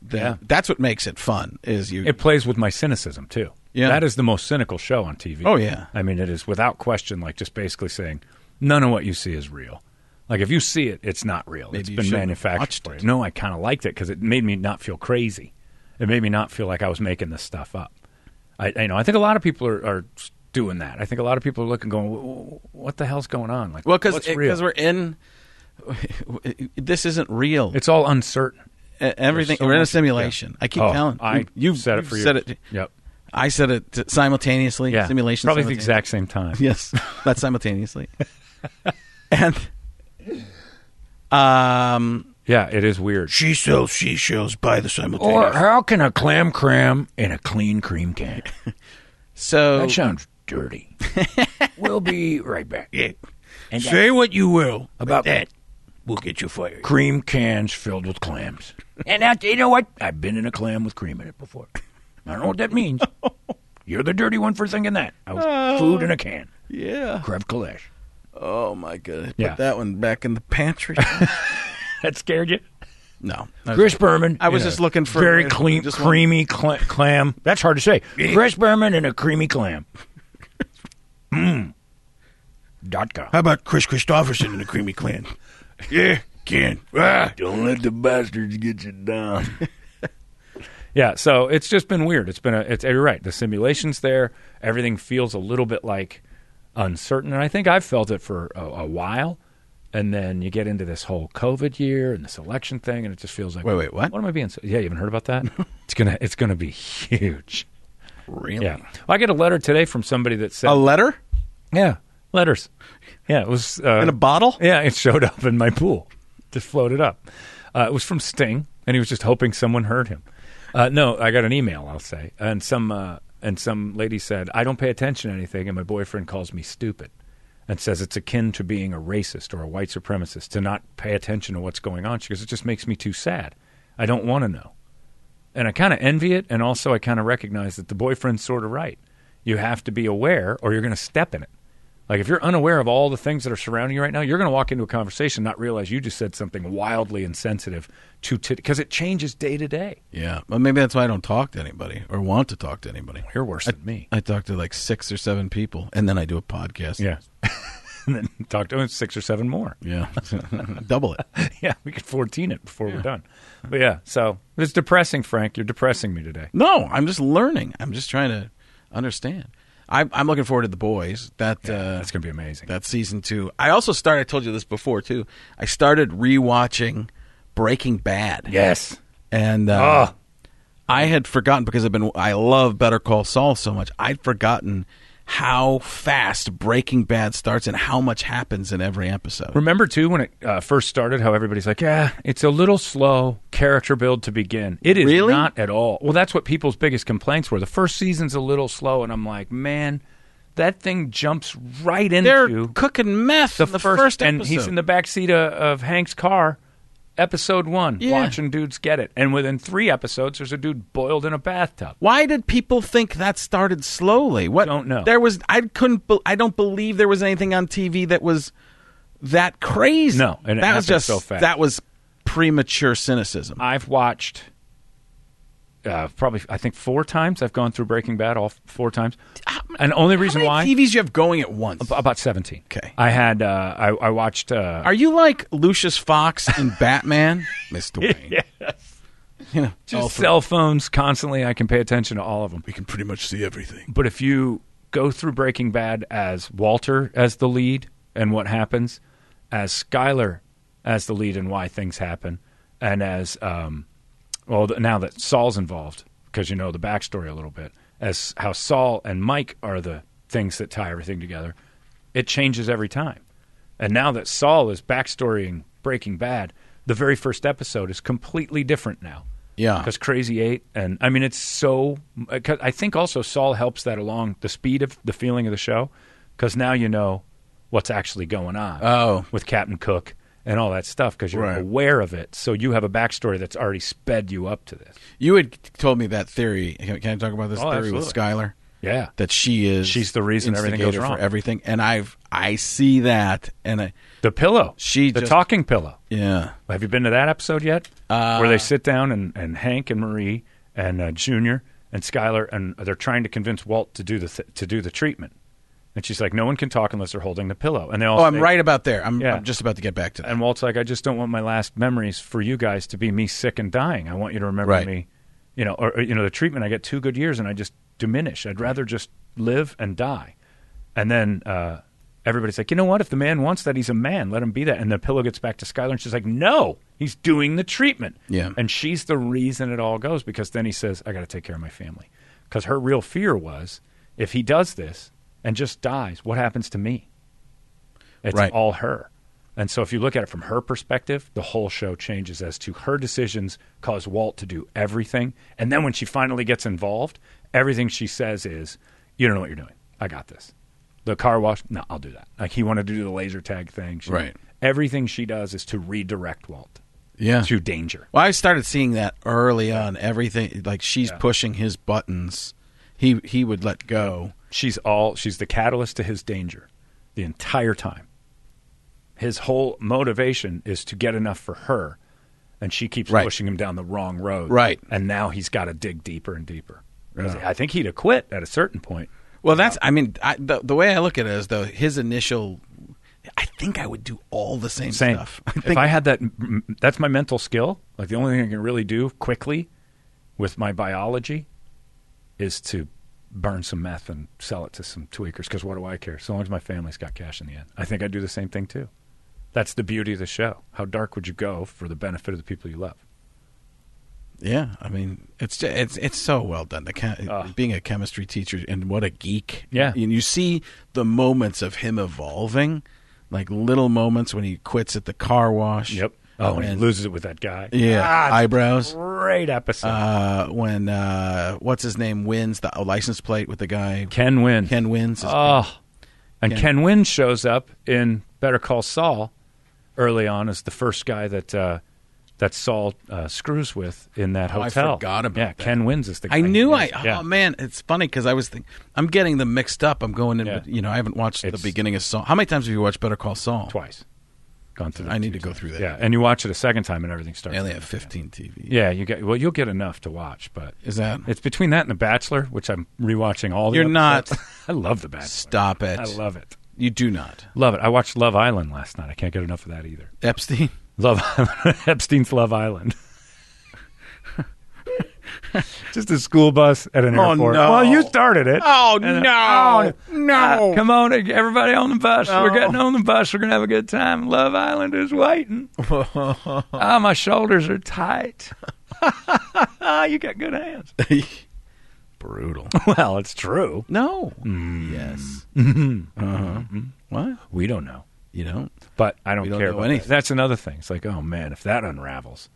S2: That
S5: Yeah.
S2: that's what makes it fun. Is you
S5: It plays with my cynicism too.
S2: Yeah.
S5: that is the most cynical show on TV.
S2: Oh, yeah.
S5: I mean it is without question. Like just basically saying none of what you see is real. Like if you see it, it's not real.
S2: Maybe
S5: it's
S2: you
S5: been
S2: shouldn't have
S5: manufactured.
S2: watched
S5: for
S2: it.
S5: you. No, I kind of liked it because it made me not feel crazy. It made me not feel like I was making this stuff up. I, I know. I think a lot of people are, are doing that. I think a lot of people are looking, going, "Wh- wh- "What the hell's going on?" Like,
S2: Well, because
S5: what's real?
S2: we're in. This isn't real.
S5: it's all uncertain.
S2: E- everything.
S5: there's so
S2: we're in a
S5: much-
S2: simulation. I keep
S5: Oh,
S2: telling.
S5: I
S2: you, you've
S5: said it
S2: you've
S5: for
S2: Said
S5: years.
S2: it.
S5: Yep.
S2: I said it t- simultaneously.
S5: Yeah,
S2: Simulation.
S5: probably at the
S2: simultaneous-
S5: exact same time.
S2: Yes, not simultaneously. and um,
S5: Yeah, it is weird.
S4: She sells seashells by the simultaneous.
S8: Or how can a clam cram in a clean cream can?
S2: so
S8: That sounds dirty. we'll be right back.
S4: Yeah.
S8: And that-
S4: Say what you will about
S8: About-
S4: that. We'll get you fired.
S8: Cream cans filled with clams.
S7: And that, you know what?
S8: I've been in a clam with cream in it before. I don't know what that means. You're the dirty one for thinking that. I was
S5: Oh.
S8: food in a can.
S2: yeah.
S8: Crev Kalesh.
S2: Oh my goodness.
S5: Yeah.
S2: Put that one back in the pantry.
S8: That scared you?
S2: no. I was-
S8: Chris Berman.
S2: I was
S8: in
S2: just
S8: a
S2: looking for-
S8: very clean,
S2: just one-
S8: creamy cla- clam. That's hard to say. Chris Berman and a creamy clam. Mmm. Dotka.
S4: How about Chris Christopherson and the Creamy Clan? Yeah, can. Ah.
S8: Don't let the bastards get you down.
S5: Yeah, so it's just been weird. It's been a, it's you're right. The simulation's there. Everything feels a little bit like uncertain, and I think I've felt it for a, a while. And then you get into this whole COVID year and this election thing, and it just feels like
S2: Wait, wait, what?
S5: What am I being? So, yeah, you haven't heard about that? it's gonna it's gonna be huge.
S2: really?
S5: Yeah, I get a letter today from somebody that said,
S2: A letter
S5: yeah, letters. Yeah, it was uh,
S2: in a bottle.
S5: yeah, it showed up in my pool. Just floated up. Uh, it was from Sting, and he was just hoping someone heard him. Uh, no, I got an email. I'll say, and some uh, and some lady said, "I don't pay attention to anything," and my boyfriend calls me stupid, and says it's akin to being a racist or a white supremacist to not pay attention to what's going on. She goes, "It just makes me too sad. I don't want to know." and I kind of envy it, and also I kind of recognize that the boyfriend's sort of right. You have to be aware, or you're going to step in it. Like if you're unaware of all the things that are surrounding you right now, you're going to walk into a conversation and not realize you just said something wildly insensitive to because it changes day to day.
S2: Yeah. Well, maybe that's why I don't talk to anybody or want to talk to anybody.
S5: You're worse than me.
S2: I talk to like six or seven people, and then I do a podcast.
S5: Yeah. and then talk to six or seven more.
S2: yeah, double it.
S5: Yeah, we could 14 it before we're done. But yeah, so it's depressing, Frank. You're depressing me today.
S2: No, I'm just learning. I'm just trying to understand. I'm, I'm looking forward to the boys. That uh,
S5: That's going to be amazing.
S2: That's season two. I also started. I told you this before too. I started rewatching Breaking Bad.
S5: yes.
S2: and uh, I had forgotten because I've been. I love Better Call Saul so much. I'd forgotten how fast Breaking Bad starts and how much happens in every episode.
S5: Remember too when it uh, first started, how everybody's like, "Yeah, it's a little slow character build to begin." It is
S2: Really?
S5: not at all. Well, that's what people's biggest complaints were. The first season's a little slow, and I'm like, man, that thing jumps right into
S2: They're cooking meth in the first, episode.
S5: and he's in the back seat of, of Hank's car. Episode one,
S2: Yeah.
S5: watching dudes get it, and within three episodes, there's a dude boiled in a bathtub.
S2: Why did people think that started slowly? What
S5: Don't know.
S2: There was I couldn't be, I don't believe there was anything on TV that was that crazy.
S5: No, and it
S2: that was
S5: happened
S2: just
S5: so fast.
S2: that was premature cynicism.
S5: I've watched uh, probably I think four times. I've gone through Breaking Bad all f- four times, and the only reason
S2: How many
S5: why
S2: TVs you have going at once?
S5: about seventeen.
S2: Okay.
S5: I had uh, I, I watched. Uh,
S2: Are you like Lucius Fox in Batman, Mister Wayne? You know, all
S5: just
S2: three-
S5: cell phones constantly. I can pay attention to all of them.
S3: We can pretty much see everything.
S5: But if you go through Breaking Bad as Walter as the lead and what happens, as Skyler as the lead and why things happen, and as um, well th- now that Saul's involved because you know the backstory a little bit as how Saul and Mike are the things that tie everything together, it changes every time. And now that Saul is backstorying Breaking Bad, the very first episode is completely different now
S2: yeah.
S5: because Crazy Eight, and I mean, it's so. uh, 'cause I think also Saul helps that along the speed of the feeling of the show, because now you know what's actually going on.
S2: Oh.
S5: with Captain Cook and all that stuff, because you're
S2: Right.
S5: aware of it, so you have a backstory that's already sped you up to this.
S2: You had told me that theory. Can, can I talk about this
S5: Oh,
S2: theory with Skylar?
S5: Yeah,
S2: That she is
S5: She's the reason everything goes
S2: instigator
S5: wrong.
S2: for everything, and I've I see that, and I,
S5: the pillow,
S2: She
S5: the
S2: just-
S5: talking pillow.
S2: yeah,
S5: Have you been to that episode yet? Uh, Where they sit down and, and Hank and Marie and uh, Junior and Skylar and they're trying to convince Walt to do the th- to do the treatment. And she's like, "No one can talk unless they're holding the pillow." And they all
S2: Oh, I'm
S5: say-
S2: right about there. I'm,
S5: Yeah.
S2: I'm just about to get back to that.
S5: And Walt's like, I just don't want my last memories for you guys to be me sick and dying. I want you to remember
S2: Right.
S5: me, you know, or, or, you know, the treatment. I get two good years and I just diminish. I'd rather just live and die. And then uh, everybody's like, you know what? If the man wants that, he's a man. Let him be that. And the pillow gets back to Skylar and she's like, no, he's doing the treatment.
S2: Yeah.
S5: And she's the reason it all goes because then he says, I got to take care of my family. Because her real fear was if he does this and just dies, what happens to me? It's
S2: Right.
S5: all her. And so if you look at it from her perspective, the whole show changes as to her decisions cause Walt to do everything. And then when she finally gets involved, everything she says is, You don't know what you're doing. I got this. The car wash, no, I'll do that. Like he wanted to do the laser tag thing. She-
S2: Right.
S5: Everything she does is to redirect Walt
S2: yeah.
S5: to danger.
S2: Well, I started seeing that early on. Everything like she's pushing his buttons. He he would let go.
S5: she's all she's the catalyst to his danger the entire time his whole motivation is to get enough for her and she keeps
S2: Right.
S5: pushing him down the wrong road
S2: Right.
S5: and now he's got to dig deeper and deeper 'Cause i think he'd have quit at a certain point
S2: Well, that's I mean I, the the way I look at it is though his initial. I think I would do all the same,
S5: Same.
S2: stuff. I
S5: if
S2: think
S5: I had that, m- m- that's my mental skill. Like the only thing I can really do quickly with my biology is to burn some meth and sell it to some tweakers. Because what do I care? So long as my family's got cash in the end, I think I'd do the same thing too. That's the beauty of the show. How dark would you go for the benefit of the people you love?
S2: yeah. I mean it's ju- it's it's so well done. The chem- being a chemistry teacher and what a geek.
S5: Yeah.
S2: and you see the moments of him evolving, like little moments when he quits at the car wash.
S5: Oh, and he
S2: And-
S5: loses it with that guy.
S2: Yeah,
S5: Ah,
S2: eyebrows.
S5: Great episode.
S2: uh, when uh, what's his name wins the oh, license plate with the guy
S5: Ken Win.
S2: Ken wins. his-
S5: Oh, and
S2: Ken.
S5: Ken, Wynn shows up in Better Call Saul early on as the first guy that uh, that Saul uh, screws with in that
S2: Oh, I
S5: hotel.
S2: forgot about
S5: yeah,
S2: that.
S5: Ken Wynn's is the.
S2: I
S5: guy.
S2: knew I.
S5: Yeah.
S2: Oh man, it's funny because I was think I'm getting them mixed up. I'm going in.
S5: Yeah.
S2: with- You know, I haven't watched
S5: It's-
S2: the beginning of Saul. How many times have you watched Better Call Saul?
S5: twice. Gone through.
S2: I
S5: it two
S2: need to go
S5: times.
S2: through that.
S5: Yeah, and you watch it a second time and everything starts.
S2: I only
S5: to
S2: have
S5: come again.
S2: 15 TV.
S5: Yeah, you get well. You'll get enough to watch, but
S2: Is that?
S5: it's between that and The Bachelor, which I'm rewatching all. The
S2: You're not-
S5: episodes. I love The Bachelor.
S2: Stop it.
S5: I love it.
S2: you do not.
S5: Love it. I watched Love Island last night. I can't get enough of that either.
S2: Epstein?
S5: Love Island, Epstein's Love Island. Just a school bus at an
S2: Oh,
S5: airport.
S2: no.
S5: Well, you started it.
S2: Oh,
S5: And, uh, oh,
S2: no. No. Oh.
S5: uh, come on, everybody on the bus. We're getting on the bus. We're gonna have a good time. Love Island is waiting. Ah, my shoulders are tight. you got good hands.
S2: brutal.
S5: Well, it's true.
S2: no. Yes. Mm-hmm. What?
S5: We don't know.
S2: You don't?
S5: But I don't
S2: We don't
S5: care
S2: know
S5: about
S2: anything.
S5: anything. That's another thing. It's like, oh man, if that unravels,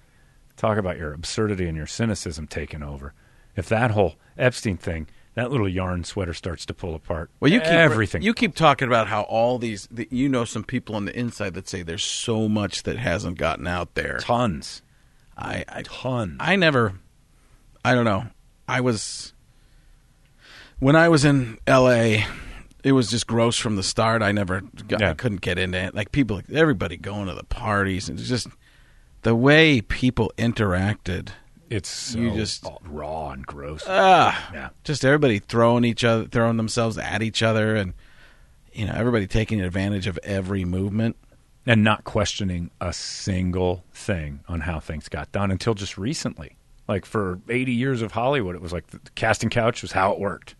S5: talk about your absurdity and your cynicism taking over. If that whole Epstein thing, that little yarn sweater starts to pull apart.
S2: Well, you keep
S5: everything.
S2: You keep talking about how all these. The, you know, some people on the inside that say there's so much that hasn't gotten out there.
S5: tons,
S2: I, I
S5: tons.
S2: I never. I don't know. I was when I was in L.A. It was just gross from the start. I never. Got,
S5: Yeah.
S2: I couldn't get into it. Like people, everybody going to the parties and it's just the way people interacted.
S5: it's so
S2: you just- Uh.
S5: raw and gross.
S2: Just everybody throwing each other, throwing themselves at each other, and you know everybody taking advantage of every movement.
S5: and not questioning a single thing on how things got done until just recently. Like for 80 years of Hollywood, it was like the casting couch was how it worked.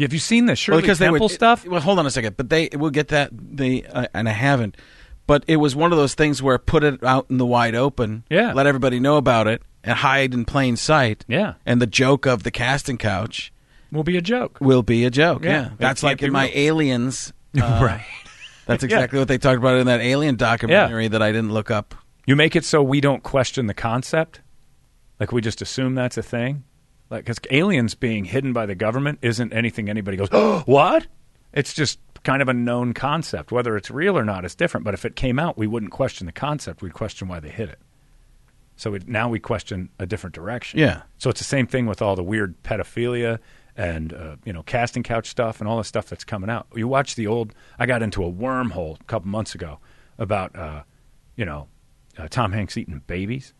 S5: Have you seen the Shirley Temple
S2: it-
S5: stuff?
S2: well, hold on a second, but they we'll get that they uh, and I haven't, but it was one of those things where put it out in the wide open,
S5: Yeah.
S2: let everybody know about it, and hide in plain sight,
S5: Yeah.
S2: And the joke of the casting couch
S5: will be a joke.
S2: will be a joke, yeah.
S5: Yeah. It
S2: That's
S5: can't
S2: like in
S5: be
S2: my
S5: real.
S2: Aliens, uh,
S5: right.
S2: That's exactly what they talked about in that Alien documentary that I didn't look up.
S5: You make it so we don't question the concept. Like we just assume that's a thing. Like cuz aliens being hidden by the government isn't anything anybody goes, "Oh, what?" It's just kind of a known concept. Whether it's real or not is different, but if it came out, we wouldn't question the concept, we'd question why they hid it. So it, now we question a different direction.
S2: Yeah.
S5: So it's the same thing with all the weird pedophilia and uh, you know casting couch stuff and all the stuff that's coming out. You watch the old. I got into a wormhole a couple months ago about uh, you know uh, Tom Hanks eating babies,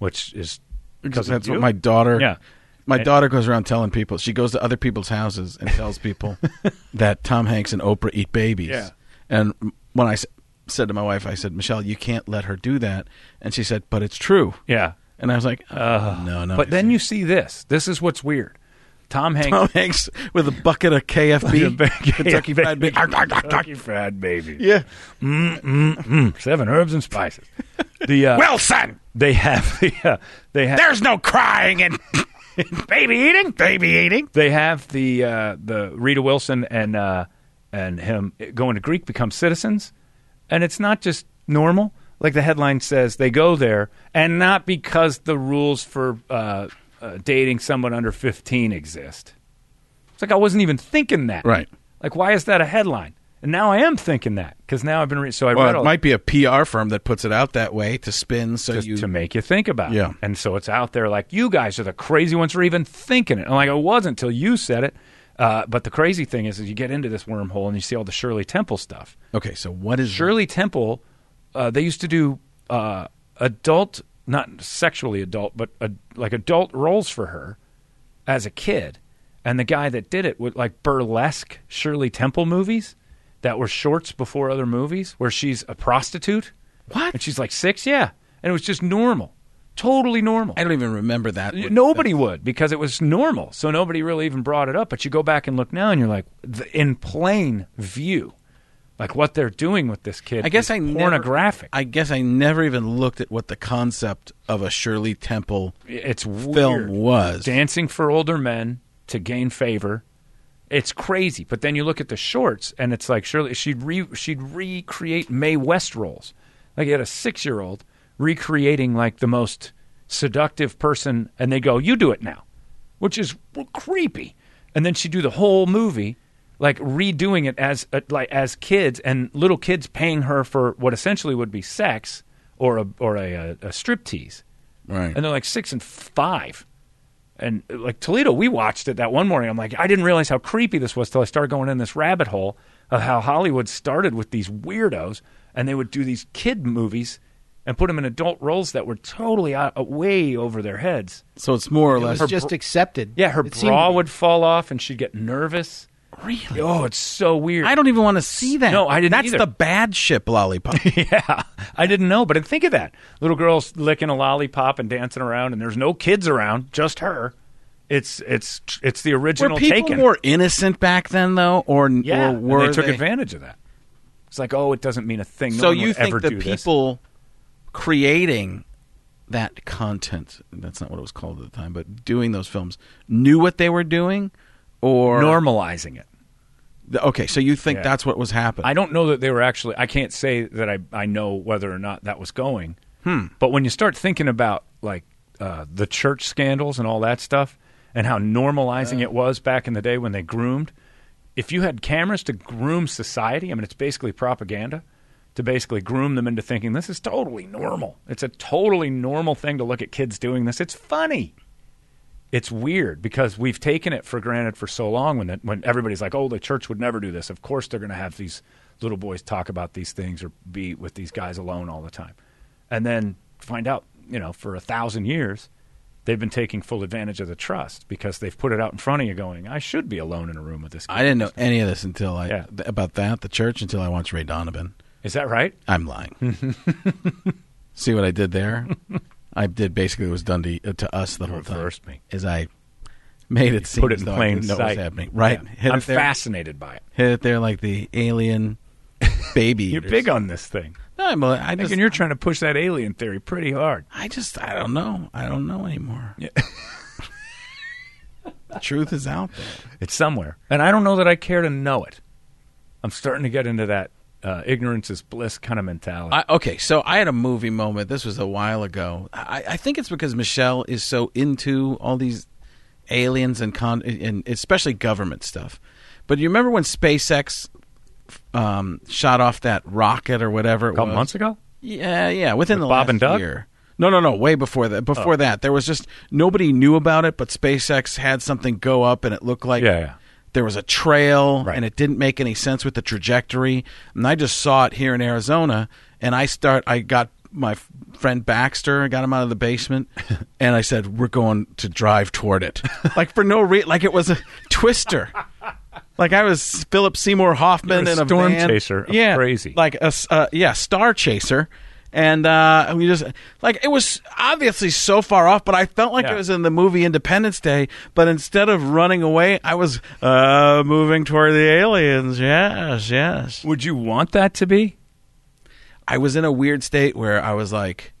S5: which is
S2: Because
S5: of
S2: that's
S5: you.
S2: what my daughter.
S5: Yeah.
S2: My
S5: And-
S2: daughter goes around telling people. She goes to other people's houses and tells people that Tom Hanks and Oprah eat babies.
S5: Yeah.
S2: And when I s- said to my wife, I said, "Michelle, you can't let her do that." And she said, "But it's true."
S5: yeah.
S2: And I was like, uh, "No, no."
S5: But then you see this. This is what's weird. Tom Hanks
S2: Tom Hanks with a bucket of KFB, Kentucky Fried Bacon.
S5: Kentucky Fried Baby.
S2: Yeah.
S5: mm. Seven herbs and spices. The uh,
S8: Wilson,
S5: they have the uh, they have
S8: there's no crying and baby eating, baby eating.
S5: they have the uh, the Rita Wilson and uh, and him going to Greek become citizens, and it's not just normal. Like the headline says, they go there, and not because the rules for uh, uh, dating someone under fifteen exist. It's like I wasn't even thinking that.
S2: Right.
S5: Like, why is that a headline? And now I am thinking that because now I've been reading. So I read
S2: Well,
S5: all
S2: it might be a PR firm that puts it out that way to spin so
S5: just
S2: you
S5: to make you think about
S2: Yeah.
S5: it. And so it's out there like, you guys are the crazy ones for even thinking it. And like, I wasn't until you said it. Uh, but the crazy thing is, is you get into this wormhole and you see all the Shirley Temple stuff.
S2: Okay, so what is
S5: Shirley Temple, uh, they used to do uh, adult, not sexually adult, but uh like adult roles for her as a kid. And the guy that did it would like burlesque Shirley Temple movies that were shorts before other movies where she's a prostitute. What? And she's like six, yeah. And it was just normal, totally normal.
S2: I don't even remember that.
S5: Nobody would because it was normal. So nobody really even brought it up. But you go back and look now and you're like, th- in plain view, like what they're doing with this kid
S2: I guess
S5: is
S2: I never-
S5: pornographic.
S2: I guess I never even looked at what the concept of a Shirley Temple
S5: it's weird.
S2: film was.
S5: Dancing for older men to gain favor. It's crazy. But then you look at the shorts and it's like, surely she'd, re- she'd recreate Mae West roles. Like you had a six year old recreating like the most seductive person and they go, you do it now. which is creepy. And then she'd do the whole movie, like redoing it as uh, like as kids and little kids paying her for what essentially would be sex or a or a, a, a striptease.
S2: Right.
S5: And they're like six and five. And uh, like Toledo, we watched it that one morning. I'm like, I didn't realize how creepy this was till I started going in this rabbit hole of how Hollywood started with these weirdos, and they would do these kid movies and put them in adult roles that were totally out, uh, way over their heads.
S2: so it's more or less
S6: It's just accepted.
S5: Yeah, her
S6: It seemed
S5: bra
S6: to be.
S5: would fall off and she'd get nervous.
S2: really.
S5: Oh, it's so weird.
S2: I don't even want to see that.
S5: No, I didn't
S2: That's
S5: either.
S2: the bad ship lollipop.
S5: yeah, I didn't know, but think of that. Little girls licking a lollipop and dancing around and there's no kids around, just her. It's it's it's the
S2: Were
S5: original
S2: people
S5: taken.
S2: more innocent back then, though, or
S5: yeah,
S2: or
S5: and
S2: were
S5: they took advantage of that. It's like, oh, it doesn't mean a thing. No
S2: So
S5: one
S2: you
S5: would
S2: think
S5: ever
S2: the
S5: do this.
S2: people creating that content, that's not what it was called at the time, but doing those films knew what they were doing or
S5: normalizing it.
S2: Okay, so you think
S5: Yeah.
S2: that's what was happening.
S5: I don't know that they were actually. I can't say that I I know whether or not that was going. Hmm. But when you start thinking about like uh, the church scandals and all that stuff, and how normalizing it was back in the day when they groomed, if you had cameras to groom society, I mean, it's basically propaganda to basically groom them into thinking this is totally normal. It's a totally normal thing to look at kids doing this. It's funny it's weird because we've taken it for granted for so long when that, when everybody's like, "Oh, the church would never do this." Of course, they're going to have these little boys talk about these things or be with these guys alone all the time, and then find out, you know, for a thousand years, they've been taking full advantage of the trust because they've put it out in front of you, going, "I should be alone in a room with this." guy.
S2: I didn't know any of this until I
S5: Yeah.
S2: th- about that the church until I watched Ray Donovan.
S5: Is that right?
S2: I'm lying. See what I did there? I did basically what was done to, y- uh, to us the whole time.
S5: reversed me.
S2: Is I made it seem
S5: Put it
S2: as
S5: in
S2: though I
S5: plain
S2: didn't know
S5: sight.
S2: what was happening. Right.
S5: Yeah.
S2: Hit
S5: I'm
S2: it there.
S5: fascinated by it.
S2: Hit it there like the alien baby.
S5: You're
S2: eaters.
S5: big on this thing,
S2: No, I'm, I just,
S5: and you're trying to push that alien theory pretty hard.
S2: I just, I don't know. I don't know anymore.
S5: Yeah.
S2: the truth is out there.
S5: It's somewhere, and I don't know that I care to know it. I'm starting to get into that uh, ignorance is bliss kind of mentality.
S2: I, okay, so I had a movie moment. This was a while ago. I, I think it's because Michelle is so into all these aliens and con, and especially government stuff. But you remember when SpaceX um, shot off that rocket or whatever? It
S5: a couple
S2: was?
S5: months ago,
S2: Yeah, yeah, within
S5: With
S2: the
S5: Bob
S2: last
S5: and Doug? Oh.
S2: year. No, no, no, way before that. Before that, there was just nobody knew about it, but SpaceX had something go up, and it looked like
S5: Yeah, yeah.
S2: there was a trail,
S5: Right.
S2: and it didn't make any sense with the trajectory. And I just saw it here in Arizona, and I start. I got my f- friend Baxter, I got him out of the basement, and I said, "We're going to drive toward it," like for no reason, like it was a twister. Like I was Philip Seymour Hoffman
S5: You're a
S2: in a
S5: storm
S2: van.
S5: chaser of
S2: yeah,
S5: crazy.
S2: like a s- uh, yeah star chaser, and uh, we just like it was obviously so far off, but I felt like
S5: Yeah.
S2: it was in the movie Independence Day. But instead of running away, I was uh, moving toward the aliens. Yes, yes.
S5: would you want that to be?
S2: I was in a weird state where I was like,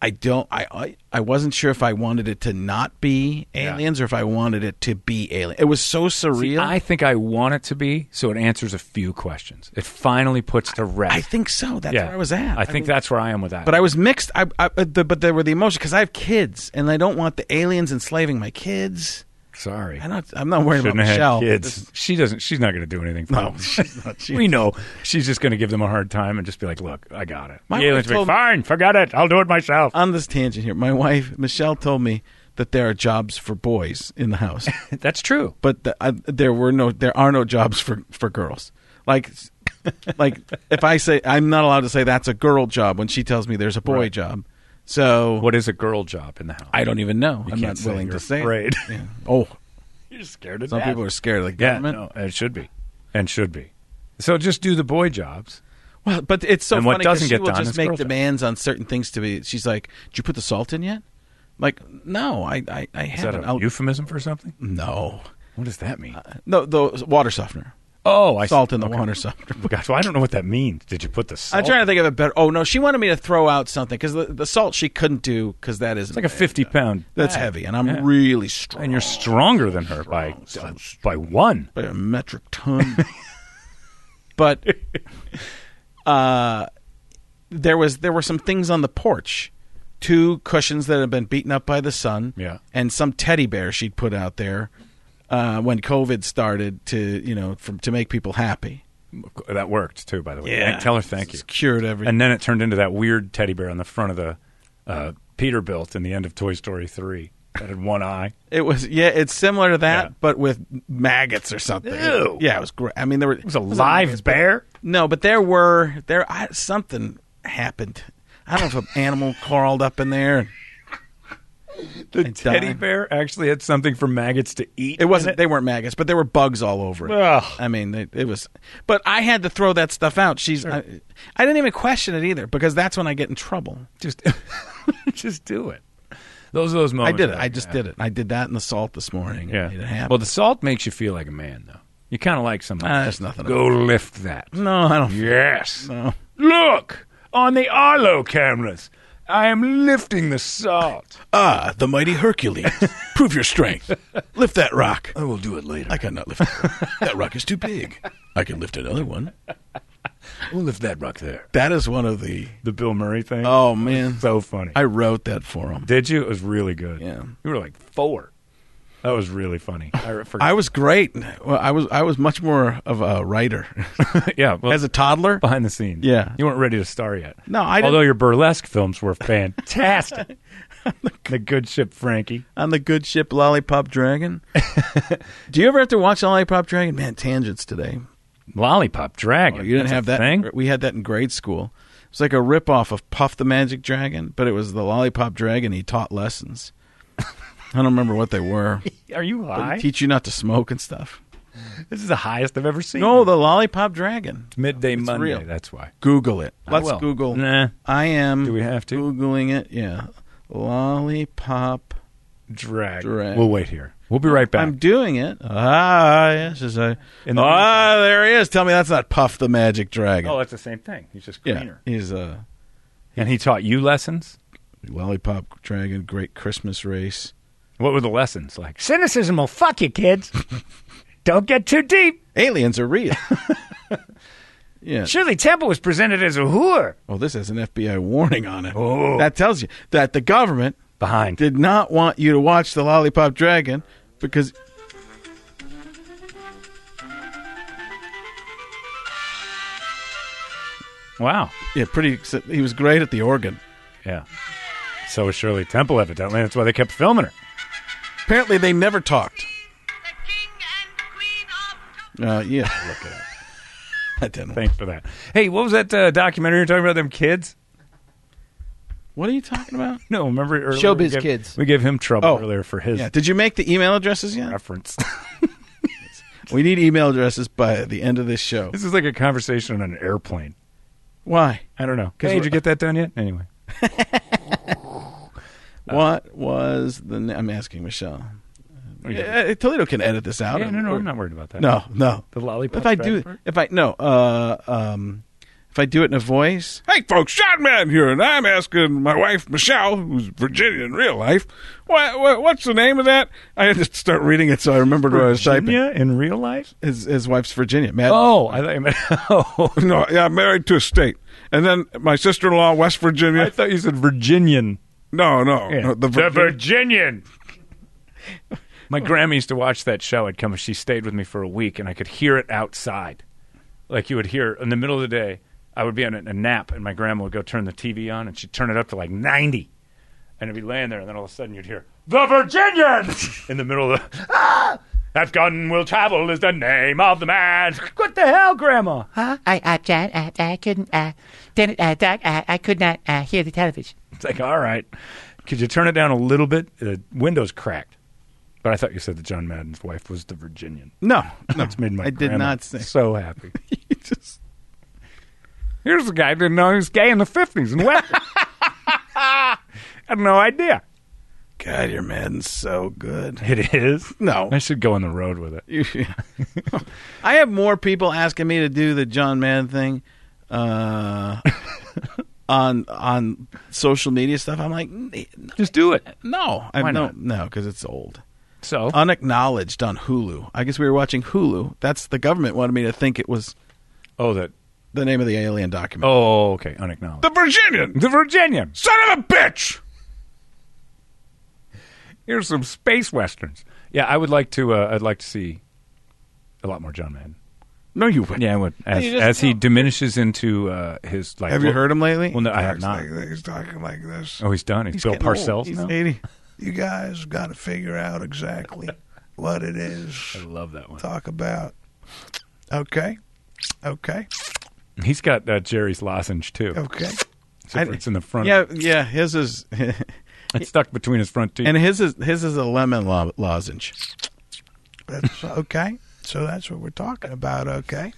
S2: I don't, I, I, I wasn't sure if I wanted it to not be aliens or if I wanted it to be alien. It was so surreal.
S5: See, I think I want it to be, so it answers a few questions. It finally puts to rest.
S2: I think so. That's where I was at.
S5: I think
S2: mean,
S5: that's where I am with that.
S2: But I was mixed. I, I but the, but there were the emotions because I have kids and I don't want the aliens enslaving my kids.
S5: sorry.
S2: I'm not. I'm not worried
S5: Shouldn't
S2: about
S5: have
S2: Michelle.
S5: had kids. She doesn't. She's not going to do anything. For
S2: No,
S5: them.
S2: she's not- she-
S5: we know she's just going to give them a hard time and just be like, "Look, I got it."
S2: My
S5: the aliens
S2: wife
S5: will
S2: told
S5: be
S2: me- Uh,
S5: fine. Forget it. I'll do it myself.
S2: On this tangent here, my wife Michelle told me that there are jobs for boys in the house,
S5: That's true.
S2: but the, I, there were no. There are no jobs for for girls. Like, like if I say I'm not allowed to say that's a girl job when she tells me there's a boy job. So
S5: What is a girl job in the house?
S2: I don't even know.
S5: You
S2: I'm
S5: can't
S2: not
S5: say
S2: willing
S5: you're
S2: to say.
S5: Afraid.
S2: Oh,
S5: You're scared of
S2: some people are scared of the
S5: Yeah,
S2: government.
S5: no, it should be, and should be. So just do the boy jobs.
S2: Well, but it's so
S5: And what
S2: funny because
S5: doesn't
S2: she
S5: get
S2: will
S5: done
S2: just
S5: is
S2: make
S5: girl time.
S2: demands on certain things to be. She's like, "Did you put the salt in yet?" I'm like, no, I, I, I
S5: Is that
S2: haven't.
S5: a
S2: I'll-
S5: euphemism for something?
S2: no,
S5: What does that mean?
S2: no, the water softener,
S5: oh, I
S2: salt in the
S5: okay.
S2: water softener.
S5: Gosh, well, I don't know what that means. Did you put the salt?
S2: I'm trying to think of a better. Oh no, she wanted me to throw out something because the, the salt she couldn't do because that is
S5: It's like a 50 pound.
S2: That's heavy, and I'm
S5: Yeah.
S2: really strong.
S5: And you're stronger than her by uh, by one.
S2: by a metric ton. but uh, there was there were some things on the porch, two cushions that had been beaten up by the sun,
S5: Yeah.
S2: and some teddy bear she'd put out there uh, when COVID started to you know from to make people happy.
S5: That worked too, by the way. Thank- Tell her thank you.
S2: It's cured everything.
S5: And then it turned into that weird teddy bear on the front of the uh, Peterbilt in the end of Toy Story 3 that had one eye.
S2: it was yeah, it's similar to that,
S5: Yeah.
S2: but with maggots or something.
S5: Ew.
S2: Yeah, it was great. I mean, there were
S5: It was a live bear.
S2: No, but there were there I, something happened. I don't know if an animal crawled up in there.
S5: The
S2: And
S5: teddy
S2: die.
S5: bear actually had something for maggots to eat.
S2: It wasn't.
S5: in
S2: They weren't maggots, but there were bugs all over it.
S5: Ugh.
S2: I mean, it, it was. But I had to throw that stuff out. She's. I, I didn't even question it either because that's when I get in trouble.
S5: Just, just do it. Those are those
S2: I
S5: moments.
S2: did it.
S5: that-
S2: I just
S5: yeah.
S2: did it. I did that in the salt this morning.
S5: Yeah.
S2: it happened.
S5: Well, the salt makes you feel like a man, though. You kind of like something.
S2: Ah, there's nothing
S5: Go lift that.
S2: no, I don't.
S5: Yes.
S2: No.
S5: Look on the Arlo cameras. I am lifting the salt.
S2: Ah, the mighty Hercules. Prove your strength. Lift that rock.
S8: I will do it later.
S2: I cannot lift it. That rock is too big. I can lift another one.
S8: We'll lift that rock there.
S2: That is one of the.
S5: The Bill Murray thing.
S2: Oh, man.
S5: so funny.
S2: I wrote that for him.
S5: Did you? It was really good.
S2: Yeah.
S5: You were like four. That was really funny. I forgot.
S2: I was great. Well, I was I was much more of a writer
S5: yeah. Well,
S2: as a toddler.
S5: behind the scenes.
S2: Yeah.
S5: You weren't ready to star yet.
S2: No, I
S5: Although
S2: didn't-
S5: your burlesque films were fantastic. the Good Ship Frankie.
S2: on the good ship Lollipop Dragon. Do you ever have to watch Lollipop Dragon? Man, tangents today.
S5: Lollipop Dragon.
S2: Oh, you didn't
S5: That's a
S2: have that.
S5: thing.
S2: We had that in grade school. It's like a ripoff of Puff the Magic Dragon, but it was the Lollipop Dragon. He taught lessons. I don't remember what they were.
S5: Are you
S2: But
S5: high?
S2: he teach you not to smoke and stuff.
S5: this is the highest I've ever seen.
S2: No, the Lollipop Dragon.
S5: midday
S2: It's
S5: Monday.
S2: real.
S5: That's why.
S2: Google it. Let's
S5: will.
S2: Google.
S5: Nah.
S2: I am.
S5: Do we have to?
S2: Googling it? Yeah. Lollipop.
S5: Drag.
S2: Drag.
S5: We'll wait here. We'll be right back.
S2: I'm doing it. Ah, yes, as I.
S5: In the
S2: ah, there he is. Tell me that's not Puff the Magic Dragon.
S5: oh, that's the same thing. He's just
S2: yeah,
S5: greener.
S2: he's a
S5: And he taught you lessons.
S2: lollipop dragon. Great Christmas race.
S5: What were the lessons like?
S7: Cynicism will fuck you, kids. Don't get too deep.
S2: Aliens are real. yeah.
S7: Shirley Temple was presented as a whore.
S2: Well, oh, this has an FBI warning on it. Oh. That tells you that the government
S5: Behind.
S2: did not want you to watch the lollipop dragon because.
S5: Wow.
S2: Yeah, pretty. He was great at the organ.
S5: Yeah. So was Shirley Temple, evidently. That's why they kept filming her.
S2: Apparently, they never talked. Uh, yeah, look it up. That didn't. work.
S5: Thanks for that. Hey, what was that uh, documentary you were talking about, them kids?
S2: What are you talking about?
S5: No, remember earlier?
S6: Showbiz
S5: we gave,
S6: Kids.
S5: We gave him trouble
S2: Oh.
S5: earlier for his
S2: Yeah. Did you make the email addresses yet?
S5: reference.
S2: We need email addresses by the end of this show.
S5: this is like a conversation on an airplane.
S2: Why?
S5: I don't know. Hey,
S2: Hey,
S5: did
S2: we're-
S5: you get that done yet? Anyway.
S2: What was the? Na- I'm asking Michelle. Eh, Toledo can edit this out.
S5: yeah, no, no, I'm not worried about that.
S2: No, no.
S5: The lollipop
S2: If I do,
S5: factory?
S2: if I no, uh, um, if I do it in a voice,
S3: Hey, folks, Shot Man here, and I'm asking my wife, Michelle, who's Virginia in real life, what, what, what's the name of that?
S2: I had to start reading it so I remembered what I was typing.
S5: Virginia in real life?
S2: His, his wife's Virginia. Mad-
S5: Oh, I thought you meant. Oh,
S3: No, yeah, I'm married to a state. And then my sister in law, West Virginia.
S5: I thought you said Virginian.
S3: no, no,
S5: Yeah.
S3: no, the
S5: The
S3: Virginia.
S5: Virginian. My grandma used to watch that show. I'd come. She stayed with me for a week, and I could hear it outside. Like you would hear in the middle of the day. I would be on a, a nap, and my grandma would go turn the TV on, and she'd turn it up to like ninety, and I'd be laying there, and then all of a sudden you'd hear the Virginian in the middle of the. Ah! That gun will travel is the name of the man. What the hell, Grandma?
S9: Huh? I, I, I, I, I couldn't, uh, then, uh, Doc, I, I could not uh, hear the television.
S5: It's like, all right, could you turn it down a little bit? The window's cracked. But I thought you said that John Madden's wife was the Virginian.
S2: no, no,
S5: That's made my
S2: I did
S5: grandma
S2: not say.
S5: so happy.
S2: You just-
S5: Here's a guy who didn't know he was gay in the fifties and what? I had no idea.
S2: God, your man's so good.
S5: It is.
S2: No,
S5: I should go on the road with it.
S2: I have more people asking me to do the John Madden thing uh, on on social media stuff. I'm like, "N-
S5: Just do it.
S2: no, I'm Uh,
S5: Why
S2: no,
S5: not?
S2: no, because it's old.
S5: So
S2: Unacknowledged on Hulu. I guess we were watching Hulu. That's the government wanted me to think it was
S5: Oh that
S2: the name of the alien document.
S5: Oh okay, unacknowledged.
S3: The Virginian!
S5: The Virginian.
S3: Son of a bitch!
S5: Here's some space westerns. Yeah, I would like to uh, I'd like to see a lot more John Madden.
S2: no, you wouldn't.
S5: Yeah, I would. As, as he diminishes into uh, his like
S2: Have you
S5: well-
S2: heard him lately?
S5: Well, no, I have not.
S3: Like, he's talking like this.
S5: Oh, he's done. He's, Bill
S2: getting old.
S5: Parcells
S2: He's
S5: now.
S2: eighty.
S3: You guys got to figure out exactly what it is
S5: I love that one.
S3: talk about. Okay? Okay?
S5: He's got uh, Jerry's lozenge too.
S3: Okay.
S5: Except for it's in the front.
S2: Yeah, yeah. His is
S5: it's stuck between his front teeth.
S2: and his is his is a lemon lo- lozenge.
S3: That's okay. So that's what we're talking about, okay?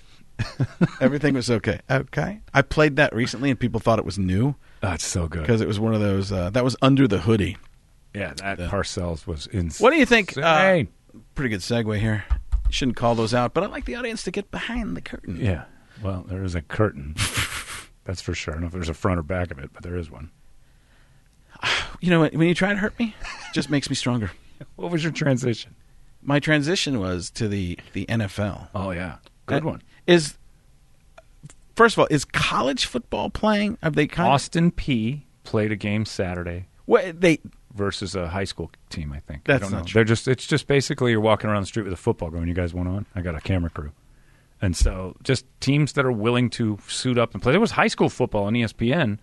S2: Everything was okay.
S3: Okay.
S2: I played that recently, and people thought it was new.
S5: oh, it's so good.
S2: because it was one of those uh, that was under the hoodie.
S5: Yeah, that Parcells was insane.
S2: What do you think? Uh,
S5: Hey.
S2: pretty good segue here. Shouldn't call those out, but I'd like the audience to get behind the curtain.
S5: yeah. Well, there is a curtain. That's for sure. I don't know if there's a front or back of it, but there is one.
S2: you know what? When you try to hurt me, it just makes me stronger.
S5: What was your transition?
S2: My transition was to the the NFL.
S5: Oh yeah, good one.
S2: Is first of all, is college football playing? Have they kind of,
S5: Austin P played a game Saturday
S2: what they
S5: versus a high school team. I think I
S2: That's
S5: don't know.
S2: not true.
S5: They're just it's just basically you're walking around the street with a football going. You guys want on? I got a camera crew, and so just teams that are willing to suit up and play. There was high school football on E ESPN.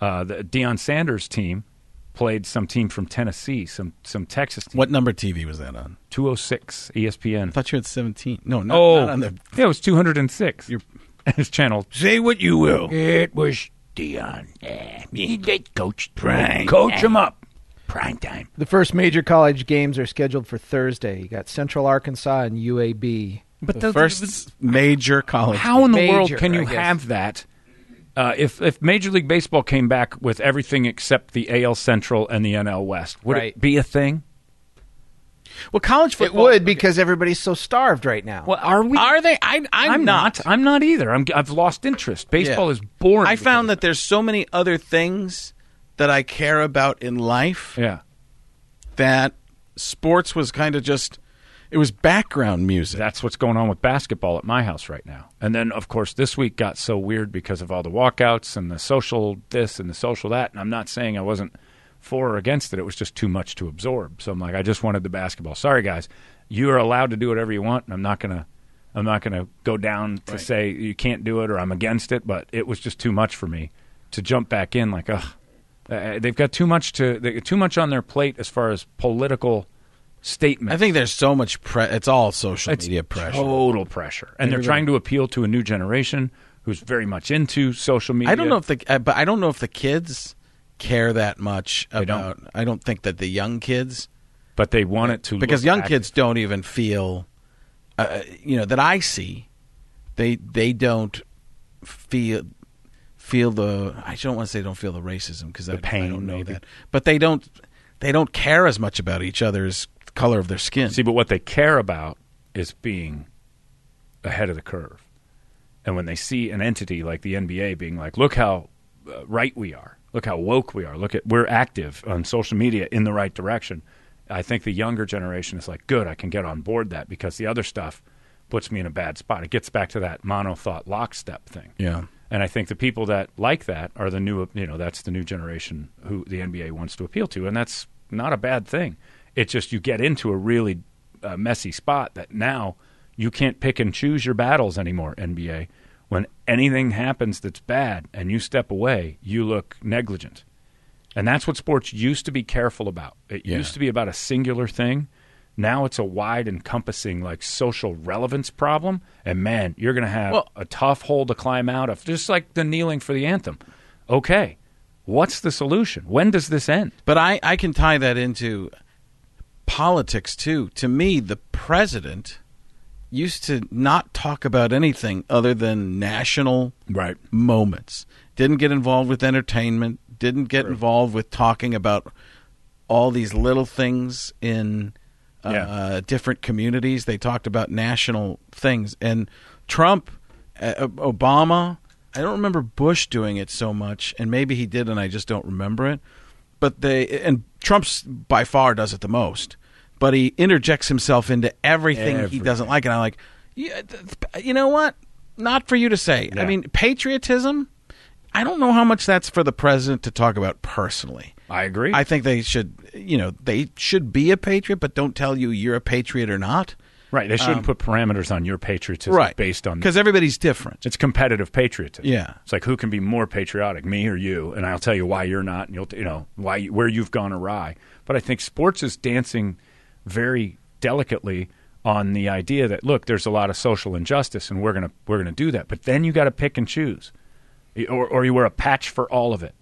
S5: Uh, the Deion Sanders team played some team from Tennessee, some some Texas team.
S2: what number TV was that on?
S5: 206
S2: I
S5: ESPN.
S2: thought you had seventeen. No, not,
S5: Oh,
S2: not on the
S5: yeah, it was 206.
S2: You're-
S5: it's channel
S8: Say what you will. It was Dion. He did coach. Prime. Coach him up. Prime time.
S6: The first major college games are scheduled for Thursday. You got Central Arkansas and UAB.
S5: But
S2: first major college.
S5: how in the
S6: Major,
S5: world can you
S6: I guess.
S5: have that? Uh, if if Major League Baseball came back with everything except the AL Central and the NL West, would
S6: Right.
S5: it be a thing?
S2: Well, college
S6: It
S2: football.
S6: would because everybody's so starved right now.
S5: Well, are we?
S2: Are they? I, I'm,
S5: I'm not. I'm not either. I'm, I've lost interest. Baseball
S2: Yeah.
S5: is boring.
S2: I
S5: because
S2: found
S5: of
S2: that there's so many other things that I care about in life
S5: it. Yeah,
S2: that sports was kind of just it was background music.
S5: that's what's going on with basketball at my house right now. And then, of course, this week got so weird because of all the walkouts and the social this and the social that. And I'm not saying I wasn't for or against it. It was just too much to absorb. So I'm like, I just wanted the basketball. Sorry, guys, you are allowed to do whatever you want, and I'm not gonna. I'm not going to go down to say you can't do it or I'm against it, but it was just too much for me to jump back in. Like, ugh, uh, they've got too much to they got too much on their plate as far as political statements.
S2: I think there's so much pre- it's all social media pressure.
S5: Total pressure. And they're trying to appeal to a new generation who's very much into social media.
S2: I don't know if the uh, but I don't know if the kids care that much about I don't think that the young kids
S5: but they want it to
S2: because
S5: look
S2: young
S5: active.
S2: kids don't even feel uh, you know that I see they they don't feel feel the I don't want to say don't feel the racism because I, I
S5: pain,
S2: don't know
S5: maybe.
S2: that but they don't they don't care as much about each other's color of their skin
S5: See, but what they care about is being ahead of the curve. And when they see an entity like the NBA being like, look how uh, right we are, look how woke we are, look at we're active on social media in the right direction. I think the younger generation is like, good, I can get on board that because the other stuff puts me in a bad spot. It gets back to that mono thought lockstep thing.
S2: yeah
S5: And I think the people that like that are the new, you know, that's the new generation who the NBA wants to appeal to. And that's not a bad thing. It's just you get into a really uh, messy spot that now you can't pick and choose your battles anymore, NBA. When anything happens that's bad and you step away, you look negligent. And that's what sports used to be careful about. It
S2: Yeah.
S5: used to be about a singular thing. Now it's a wide encompassing like social relevance problem. And man, you're going to have
S2: Well-
S5: a tough hole to climb out of, just like the kneeling for the anthem. Okay. What's the solution? When does this end?
S2: But I, I can tie that into politics too. To me, the president used to not talk about anything other than national
S5: Right.
S2: moments. Didn't get involved with entertainment, didn't get involved with talking about all these little things in uh,
S5: Yeah.
S2: different communities. They talked about national things. And Trump, uh, Obama, I don't remember Bush doing it so much, and maybe he did, and I just don't remember it. But they and Trump's by far does it the most. But he interjects himself into everything, he doesn't like, and I'm like, yeah, th- th- you know what? Not for you to say. I mean, patriotism. I don't know how much that's for the president to talk about personally.
S5: I agree.
S2: I think they should, you know, they should be a patriot, but don't tell you you're a patriot or not.
S5: right. They
S2: Um,
S5: shouldn't put parameters on your patriotism based on
S2: because everybody's different.
S5: It's competitive patriotism.
S2: Yeah.
S5: It's like who can be more patriotic, me or you? And I'll tell you why you're not, and you'll you know why you, where you've gone awry. But I think sports is dancing very delicately on the idea that look, there's a lot of social injustice, and we're gonna we're gonna do that. But then you got to pick and choose, or or you wear a patch for all of it.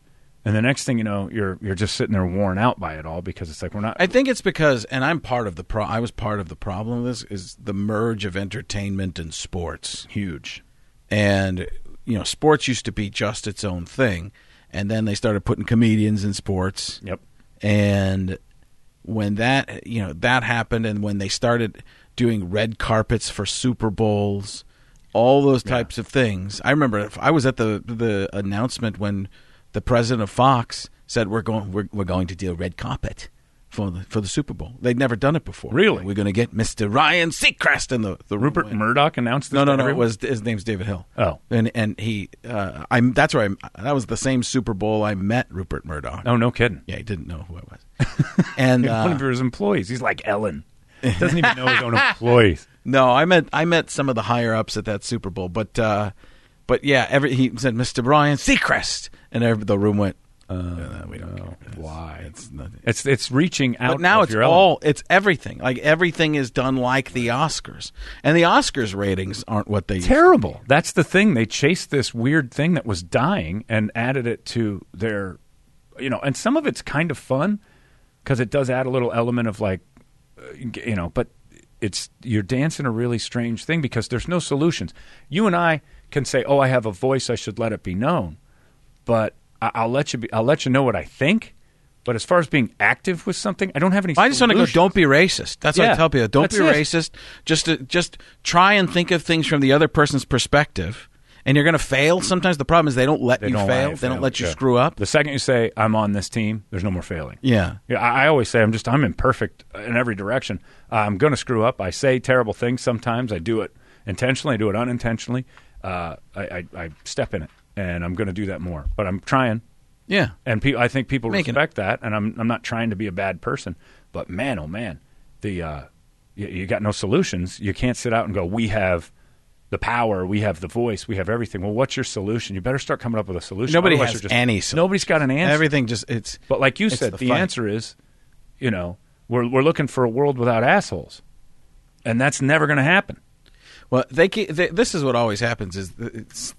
S5: And the next thing you know, you're you're just sitting there worn out by it all because it's like we're not.
S2: I think it's because, and I'm part of the pro. I was part of the problem. Of this is the merge of entertainment and sports. Huge, and you know, sports used to be just its own thing, and then they started putting comedians in sports.
S5: Yep.
S2: And when that you know that happened, and when they started doing red carpets for Super Bowls, all those types of things. I remember I was at the the announcement when the president of Fox said we're going we're, we're going to do a red carpet for the for the Super Bowl. They'd never done it before.
S5: Really?
S2: We're going to get Mr. Ryan Seacrest in the the
S5: Rupert
S2: room.
S5: Murdoch announced this.
S2: No, no,
S5: to
S2: no. It
S5: everyone?
S2: was his name's David Hill.
S5: Oh.
S2: and and he, uh, I'm. That's where I'm. That was the same Super Bowl I met Rupert Murdoch.
S5: Oh, no kidding.
S2: Yeah, he didn't know who I was. And
S5: One
S2: uh,
S5: of his employees. He's like Ellen. Doesn't even know his own employees.
S2: no, I met I met some of the higher ups at that Super Bowl, but uh, but yeah, every he said Mr. Brian Seacrest, and every, the room went. Uh, we don't care. Why? It's nothing.
S5: It's it's reaching out.
S2: But now
S5: of
S2: it's
S5: your element.
S2: all it's everything. Like everything is done like the Oscars, and the Oscars ratings aren't what they
S5: terrible. That's the thing. They chased this weird thing that was dying and added it to their, you know, and some of it's kind of fun because it does add a little element of like, uh, you know, but it's you're dancing a really strange thing because there's no solutions. You and I can say, "Oh, I have a voice. I should let it be known," but I- I'll let you be. I'll let you know what I think. But as far as being active with something, I don't have any.
S2: I just want to go.
S5: solutions.
S2: Don't be racist. That's what I
S5: Yeah,
S2: tell people. Don't
S5: that's
S2: be
S5: it.
S2: racist. Just to, just try and think of things from the other person's perspective, and you're going to fail. Sometimes the problem is they don't let
S5: They
S2: you
S5: don't allow
S2: fail.
S5: you
S2: They don't
S5: fail.
S2: let you
S5: Yeah.
S2: screw up.
S5: The second you say I'm on this team, there's no more failing.
S2: Yeah.
S5: Yeah, I, I always say I'm just I'm imperfect in every direction. Uh, I'm going to screw up. I say terrible things sometimes. I do it intentionally. I do it unintentionally. Uh, I, I, I step in it, and I'm going to do that more. But I'm trying,
S2: Yeah.
S5: and pe- I think people
S2: Making-
S5: respect that. And I'm I'm not trying to be a bad person, but man, oh man, the uh, you, you got no solutions. You can't sit out and go, we have. The power, we have the voice, we have everything. Well, what's your solution? You better start coming up with a solution.
S2: Nobody
S5: Otherwise
S2: has
S5: you're just,
S2: any
S5: Nobody's got an answer.
S2: Everything just it's.
S5: But like you
S2: It's
S5: said,
S2: the
S5: the,
S2: fight.
S5: answer is, you know, we're we're looking for a world without assholes, and that's never going to happen.
S2: Well, they, ke- they this is what always happens is th- it's,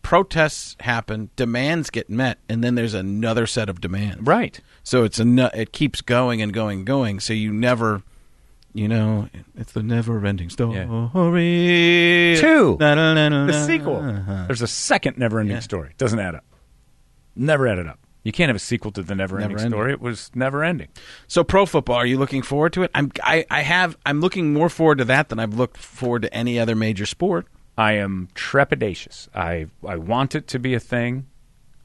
S2: protests happen, demands get met, and then there's another set of demands.
S5: Right.
S2: So it's a nu- it keeps going and going and going. So you never, you know, it's the never-ending story.
S5: Two.
S2: Na-na-na-na-na.
S5: The sequel. There's a second never-ending story. Doesn't add up. Never added up. You can't have a sequel to the never-ending
S2: Never-ending.
S5: story. It was never-ending.
S2: So pro football, are you looking forward to it? I'm I, I have I'm looking more forward to that than I've looked forward to any other major sport.
S5: I am trepidatious. I I want it to be a thing.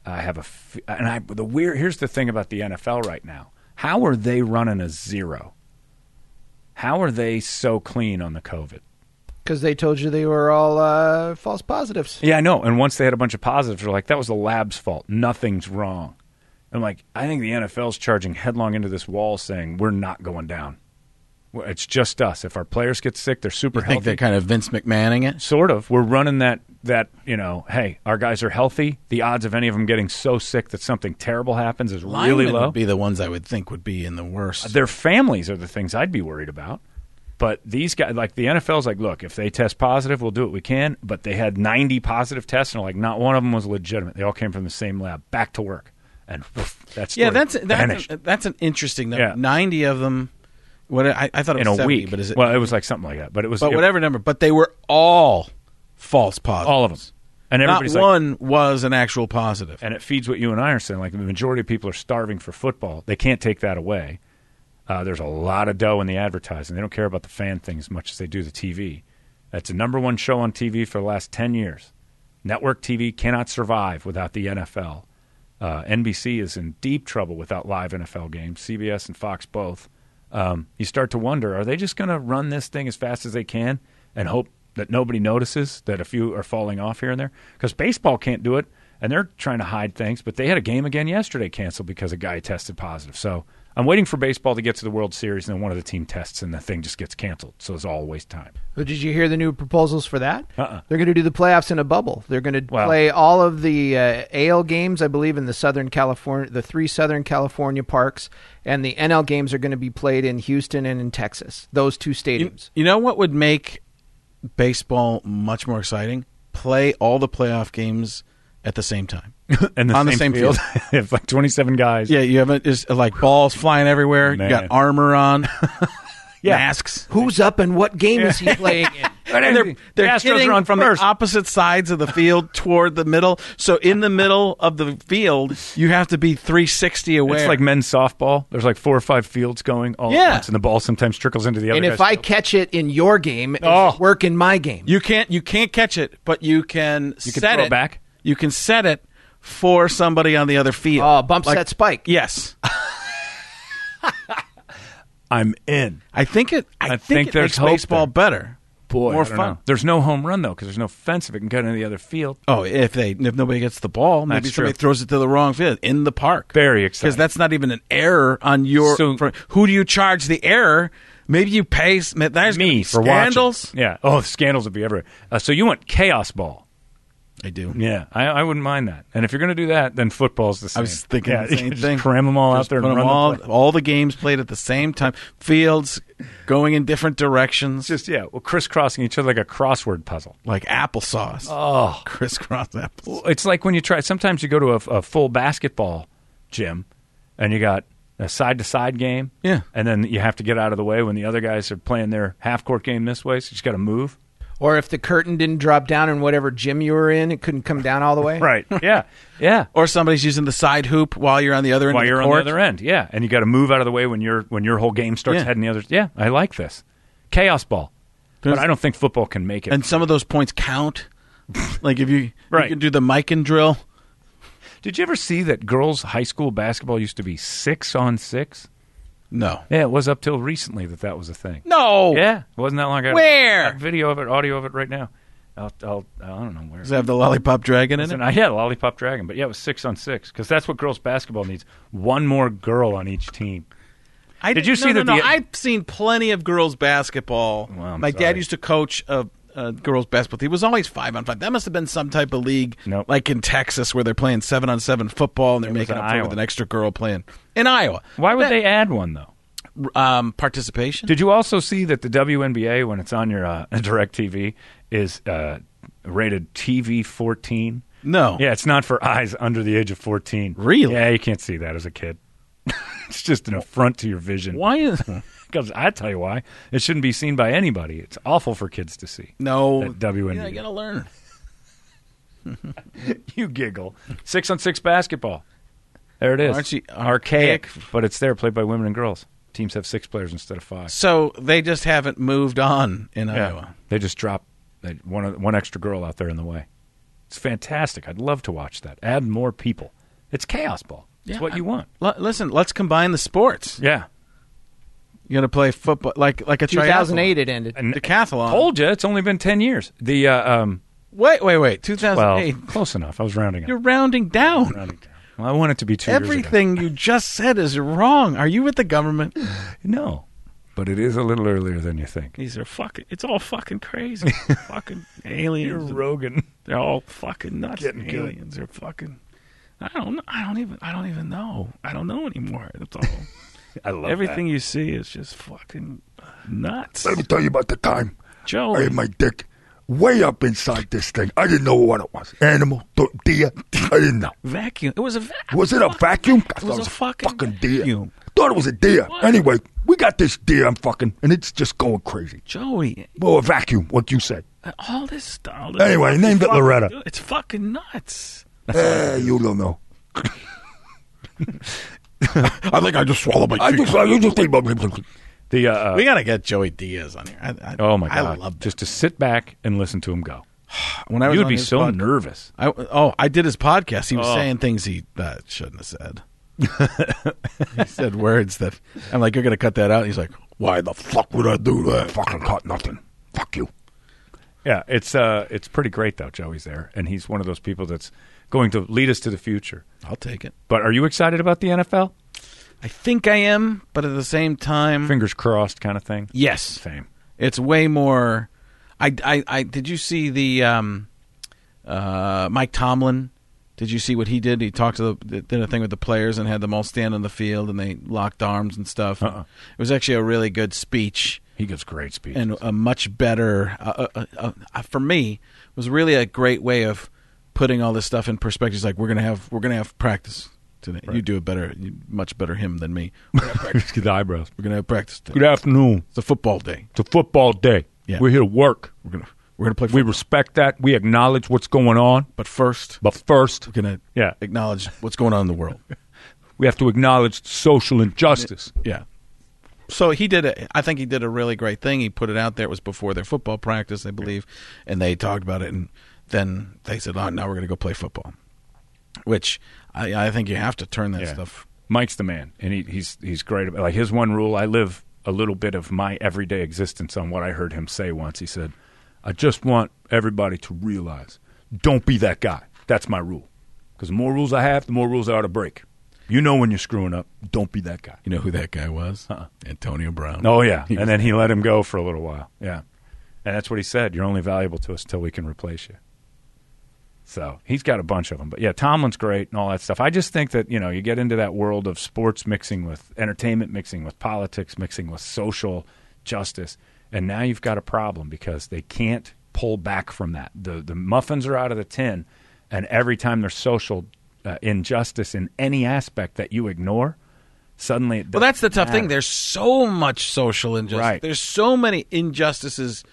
S5: I have a f- and I the weird. Here's the thing about the NFL right now. How are they running a zero? How are they so clean on the COVID?
S6: because they told you they were all uh, false positives.
S5: Yeah, I know. And once they had a bunch of positives, they're like, that was the lab's fault. Nothing's wrong. I'm like, I think the NFL's charging headlong into this wall saying, we're not going down. Well, It's just us. If our players get sick, they're super
S2: I
S5: healthy.
S2: think they're kind of Vince McMahoning it.
S5: sort of. We're running that, that, you know, hey, our guys are healthy. The odds of any of them getting so sick that something terrible happens is really
S2: Linemen
S5: low.
S2: would be the ones I would think would be in the worst.
S5: Their families are the things I'd be worried about. But these guys, like the NFL's like, look, if they test positive, we'll do what we can. But they had 90 positive tests, and like not one of them was legitimate. They all came from the same lab. Back to work. And woof, that story
S2: yeah, that's that's,
S5: vanished
S2: that's an interesting number.
S5: Yeah.
S2: Ninety of them. What I, I thought it was
S5: in a
S2: 70,
S5: week.
S2: but is it?
S5: well, it was like something like that. But it was
S2: but
S5: it-
S2: whatever number. But they were all false positives.
S5: all of them. And
S2: Not
S5: everybody's like,
S2: one was an actual positive.
S5: and it feeds what you and I are saying. Like the majority of people are starving for football. They can't take that away. Uh, there's a lot of dough in the advertising. They don't care about the fan thing as much as they do the TV. That's the number one show on TV for the last ten years. Network TV cannot survive without the NFL. Uh, NBC is in deep trouble without live NFL games. CBS and Fox both. Um, you start to wonder: Are they just going to run this thing as fast as they can and hope that nobody notices that a few are falling off here and there? Because baseball can't do it, and they're trying to hide things. But they had a game again yesterday canceled because a guy tested positive. So I'm waiting for baseball to get to the World Series, and then one of the team tests, and the thing just gets canceled. So it's all a waste of time.
S6: But did you hear the new proposals for that?
S5: Uh-uh.
S6: They're going to do the playoffs in a bubble. They're going to
S5: Wow.
S6: play all of the uh, AL games, I believe, in the Southern California, the three Southern California parks, and the NL games are going to be played in Houston and in Texas. Those two
S2: You,
S6: stadiums.
S2: you know what would make baseball much more exciting? Play all the playoff games at the same time.
S5: And the
S2: On the
S5: same
S2: same
S5: field, they have like 27 guys.
S2: yeah, you haven't just like balls flying everywhere. You got
S5: Man.
S2: armor on, masks.
S6: Who's up and what game is he playing in?
S2: And they're they're hitting from the opposite sides of the field toward the middle. So in the middle of the field, you have to be 360 away.
S5: It's like men's softball. There's like four or five fields going all
S2: Yeah.
S5: at once, and the ball sometimes trickles into the other.
S6: And if
S5: guy's
S6: I
S5: field.
S6: catch it in your game, it
S5: Oh.
S6: should work in my game.
S2: You can't you can't catch it, but you can,
S5: You can
S2: set
S5: throw it
S2: it
S5: back?
S2: You can set it for somebody on the other field.
S6: Oh, bumps that spike.
S2: yes,
S5: I'm in.
S2: I think it. I,
S5: I
S2: think,
S5: think
S2: it
S5: there's
S2: makes
S5: hope
S2: baseball better.
S5: Boy,
S2: more
S5: I don't
S2: fun.
S5: know. There's no home run though because there's no fence if it can go into the other field.
S2: Oh, if they if nobody gets the ball, maybe
S5: That's
S2: somebody
S5: true.
S2: throws it to the wrong field in the park.
S5: Very
S2: because
S5: exciting.
S2: that's not even an error on your.
S5: So-
S2: for- who do you charge the error? Maybe you pay. s- ma- There's gonna be
S5: me for
S2: scandals.
S5: Watching. Yeah. Oh, scandals would be everywhere. Uh, so you want chaos ball?
S2: I do.
S5: Yeah, I, I wouldn't mind that. And if you're going to do that, then football's the same.
S2: I was thinking
S5: yeah,
S2: the
S5: you
S2: same
S5: can just
S2: thing.
S5: Cram them all
S2: Just
S5: out there and
S2: put 'em
S5: run the
S2: all,
S5: play.
S2: all the games played at the same time. Fields going in different directions,
S5: Just yeah, well, crisscrossing each other like a crossword puzzle.
S2: like applesauce.
S5: Oh,
S2: crisscross apples.
S5: it's like when you try. Sometimes you go to a, a full basketball gym, and you got a side to side game.
S2: Yeah.
S5: and then you have to get out of the way when the other guys are playing their half court game this way. So you just got to move.
S6: Or if the curtain didn't drop down in whatever gym you were in, it couldn't come down all the way.
S5: Right. Yeah. Yeah.
S2: Or somebody's using the side hoop while you're on the other end.
S5: While
S2: of the
S5: you're on the
S2: court.
S5: other end, yeah, and you got to move out of the way when your when your whole game starts
S2: Yeah.
S5: heading the other. Yeah, I like this chaos ball, but I don't think football can make it.
S2: and some of those points count. like if you,
S5: Right.
S2: you can do the mic and drill.
S5: Did you ever see that girls' high school basketball used to be six on six?
S2: No,
S5: Yeah, it was up till recently that that was a thing.
S2: no.
S5: Yeah, it wasn't that long ago.
S2: Oh. Where?
S5: I have video of it, audio of it right now. I'll, I'll, I don't know where.
S2: Does it have the lollipop dragon in
S5: It's
S2: it?
S5: an- I had Lollipop Dragon, but yeah, it was six on six because that's what girls' basketball needs. One more girl on each team.
S2: I
S5: Did you
S2: no,
S5: see
S2: no,
S5: that
S2: No,
S5: the-
S2: I've seen plenty of girls basketball.
S5: Well, I'm
S2: My dad
S5: sorry.
S2: used to coach a, a girls basketball team. It was always five on five. That must have been some type of league,
S5: Nope.
S2: like in Texas, where they're playing seven on seven football and they're making
S5: in
S2: up for it
S5: Iowa.
S2: with an extra girl playing in Iowa.
S5: Why would
S2: That-
S5: they add one though?
S2: um, participation?
S5: Did you also see that the WNBA, when it's on your uh, direct TV, is uh, rated TV 14?
S2: no.
S5: Yeah, it's not for eyes under the age of 14.
S2: Really?
S5: Yeah, you can't see that as a kid. it's just an affront to your vision.
S2: Why is
S5: Because I tell you why. It shouldn't be seen by anybody. It's awful for kids to see.
S2: no
S5: That WNBA.
S2: Yeah, you gotta learn.
S5: You giggle. Six on six basketball. There it is.
S2: Aren't you-
S5: archaic,
S2: archaic.
S5: but it's there, played by women and girls. Teams have six players instead of five.
S2: So they just haven't moved on in Iowa.
S5: They just drop that one one extra girl out there in the way. It's fantastic. I'd love to watch that. Add more people. It's chaos ball. It's
S2: Yeah,
S5: what you
S2: I-
S5: want.
S2: L- listen, let's combine the sports.
S5: Yeah.
S2: You're gonna play football like like a
S6: 2008 it ended.
S5: And
S2: triathlon. decathlon.
S5: told you it's only been ten years. The uh, um,
S2: Wait, wait, wait.
S5: well,
S2: 2008.
S5: close enough. I was rounding up.
S2: You're rounding down.
S5: rounding down. Well, I want it to be two. years ago.
S2: Everything you just said is wrong. Are you with the government?
S5: No, but it is a little earlier than you think.
S3: These are fucking. It's all fucking crazy. fucking aliens. and-
S5: Rogan.
S3: They're all fucking nuts. and aliens are fucking. I don't. know- I don't even. I don't even know. I don't know anymore. That's all.
S5: I love
S3: Everything you see is just fucking nuts.
S10: Let me tell you about the time
S3: Joe,
S10: I had my dick way up inside this thing. I didn't know what it was. Animal, th- deer. I didn't know.
S3: vacuum. It was a vacuum.
S10: Was it a vacuum? I thought
S3: was a fucking
S10: deer.
S3: vacuum.
S10: Thought it was a deer. Anyway, we got this deer. I'm fucking, and it's just going crazy.
S3: Joey,
S10: Well, a vacuum. What you said?
S3: all this stuff.
S10: Anyway, named it Loretta.
S3: It's fucking nuts.
S10: Eh, you don't know.
S2: I think I just swallowed my.
S10: I just, I just think about.
S5: The uh, uh,
S2: we gotta get Joey Diaz on here. I, I,
S5: oh my god!
S2: I love
S5: Just to sit back and listen to him go.
S2: When I was
S5: You would
S2: on
S5: be
S2: his
S5: so
S2: pod-
S5: nervous.
S2: I, oh, I did his podcast. He was saying things he uh, shouldn't have said. he said words that I'm like, you're gonna cut that out. He's like,
S10: Why the fuck would I do that? Fucking caught nothing. Fuck you.
S5: Yeah, it's uh, it's pretty great though. Joey's there, and he's one of those people that's going to lead us to the future.
S2: I'll take it.
S5: But are you excited about the NFL?
S2: I think I am, but at the same time,
S5: Fingers crossed, kind of thing.
S2: yes,
S5: Same.
S2: It's way more. I, I, I did you see the um, uh, Mike Tomlin? Did you see what he did? He talked to the did a thing with the players and had them all stand on the field and they locked arms and stuff.
S5: Uh-uh.
S2: It was actually a really good speech
S5: He gives great speeches.
S2: and a much better uh, uh, uh, uh, for me it was really a great way of putting all this stuff in perspective. It's like we're gonna have we're gonna have practice today. You do a better, you- much better him than me. We're gonna have practice.
S5: Just get the eyebrows.
S2: we're gonna have practice today.
S5: Good afternoon.
S2: It's a football day.
S5: It's a football day.
S2: Yeah.
S5: We're here to work.
S2: We're gonna we're gonna play.
S5: We
S2: Football.
S5: respect that. We acknowledge what's going on.
S2: but first,
S5: But first,
S2: we're gonna
S5: Yeah.
S2: acknowledge what's going on in the world.
S5: we have to acknowledge social injustice.
S2: Yeah. So he did. A, I think he did a really great thing. He put it out there. It was before their football practice, I believe, and they talked about it. And then they said, "Oh, now we're going to go play football." which I, I think you have to turn that
S5: Yeah.
S2: stuff.
S5: Mike's the man, and he, he's he's great. About, like his one rule, I live a little bit of my everyday existence on what I heard him say once. He said, "I just want everybody to realize, don't be that guy." That's my rule, because the more rules I have, the more rules I ought to break. You know when you're screwing up, don't be that guy.
S2: You know who that guy was? Antonio Brown.
S5: Oh yeah,
S2: He was-
S5: and then he let him go for a little while. Yeah, and that's what he said. You're only valuable to us until we can replace you. So he's got a bunch of them. But yeah, Tomlin's great and all that stuff. I just think that you know you get into that world of sports mixing with entertainment, mixing with politics, mixing with social justice, and now you've got a problem because they can't pull back from that. The the muffins are out of the tin, and every time there's social uh, injustice in any aspect that you ignore, suddenly it
S2: Well, that's the tough
S5: matter.
S2: thing. There's so much social injustice.
S5: Right.
S2: There's so many injustices.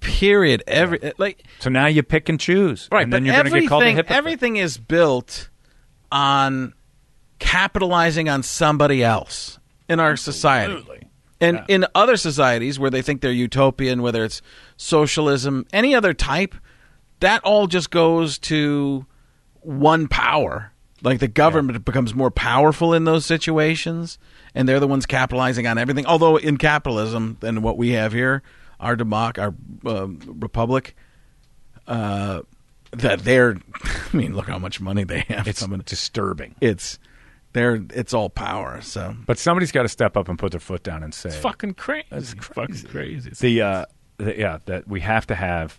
S2: Period. Every like
S5: So now you pick and choose,
S2: right,
S5: And then
S2: but
S5: you're going to get called a
S2: everything-
S5: hypocrite.
S2: Everything is built on capitalizing on somebody else in our society. And in other societies where they think they're utopian, whether it's socialism, any other type, that all just goes to one power. Like the government becomes more powerful in those situations, and they're the ones capitalizing on everything. Although in capitalism, than what we have here, our democ, our um republic, uh, that they're. I mean, look how much money they have.
S5: It's disturbing.
S2: It's they're. It's all power. So
S5: But somebody's got to step up and put their foot down and say,
S2: fucking crazy.
S5: That's
S2: fucking crazy.
S5: the, uh, the yeah that we have to have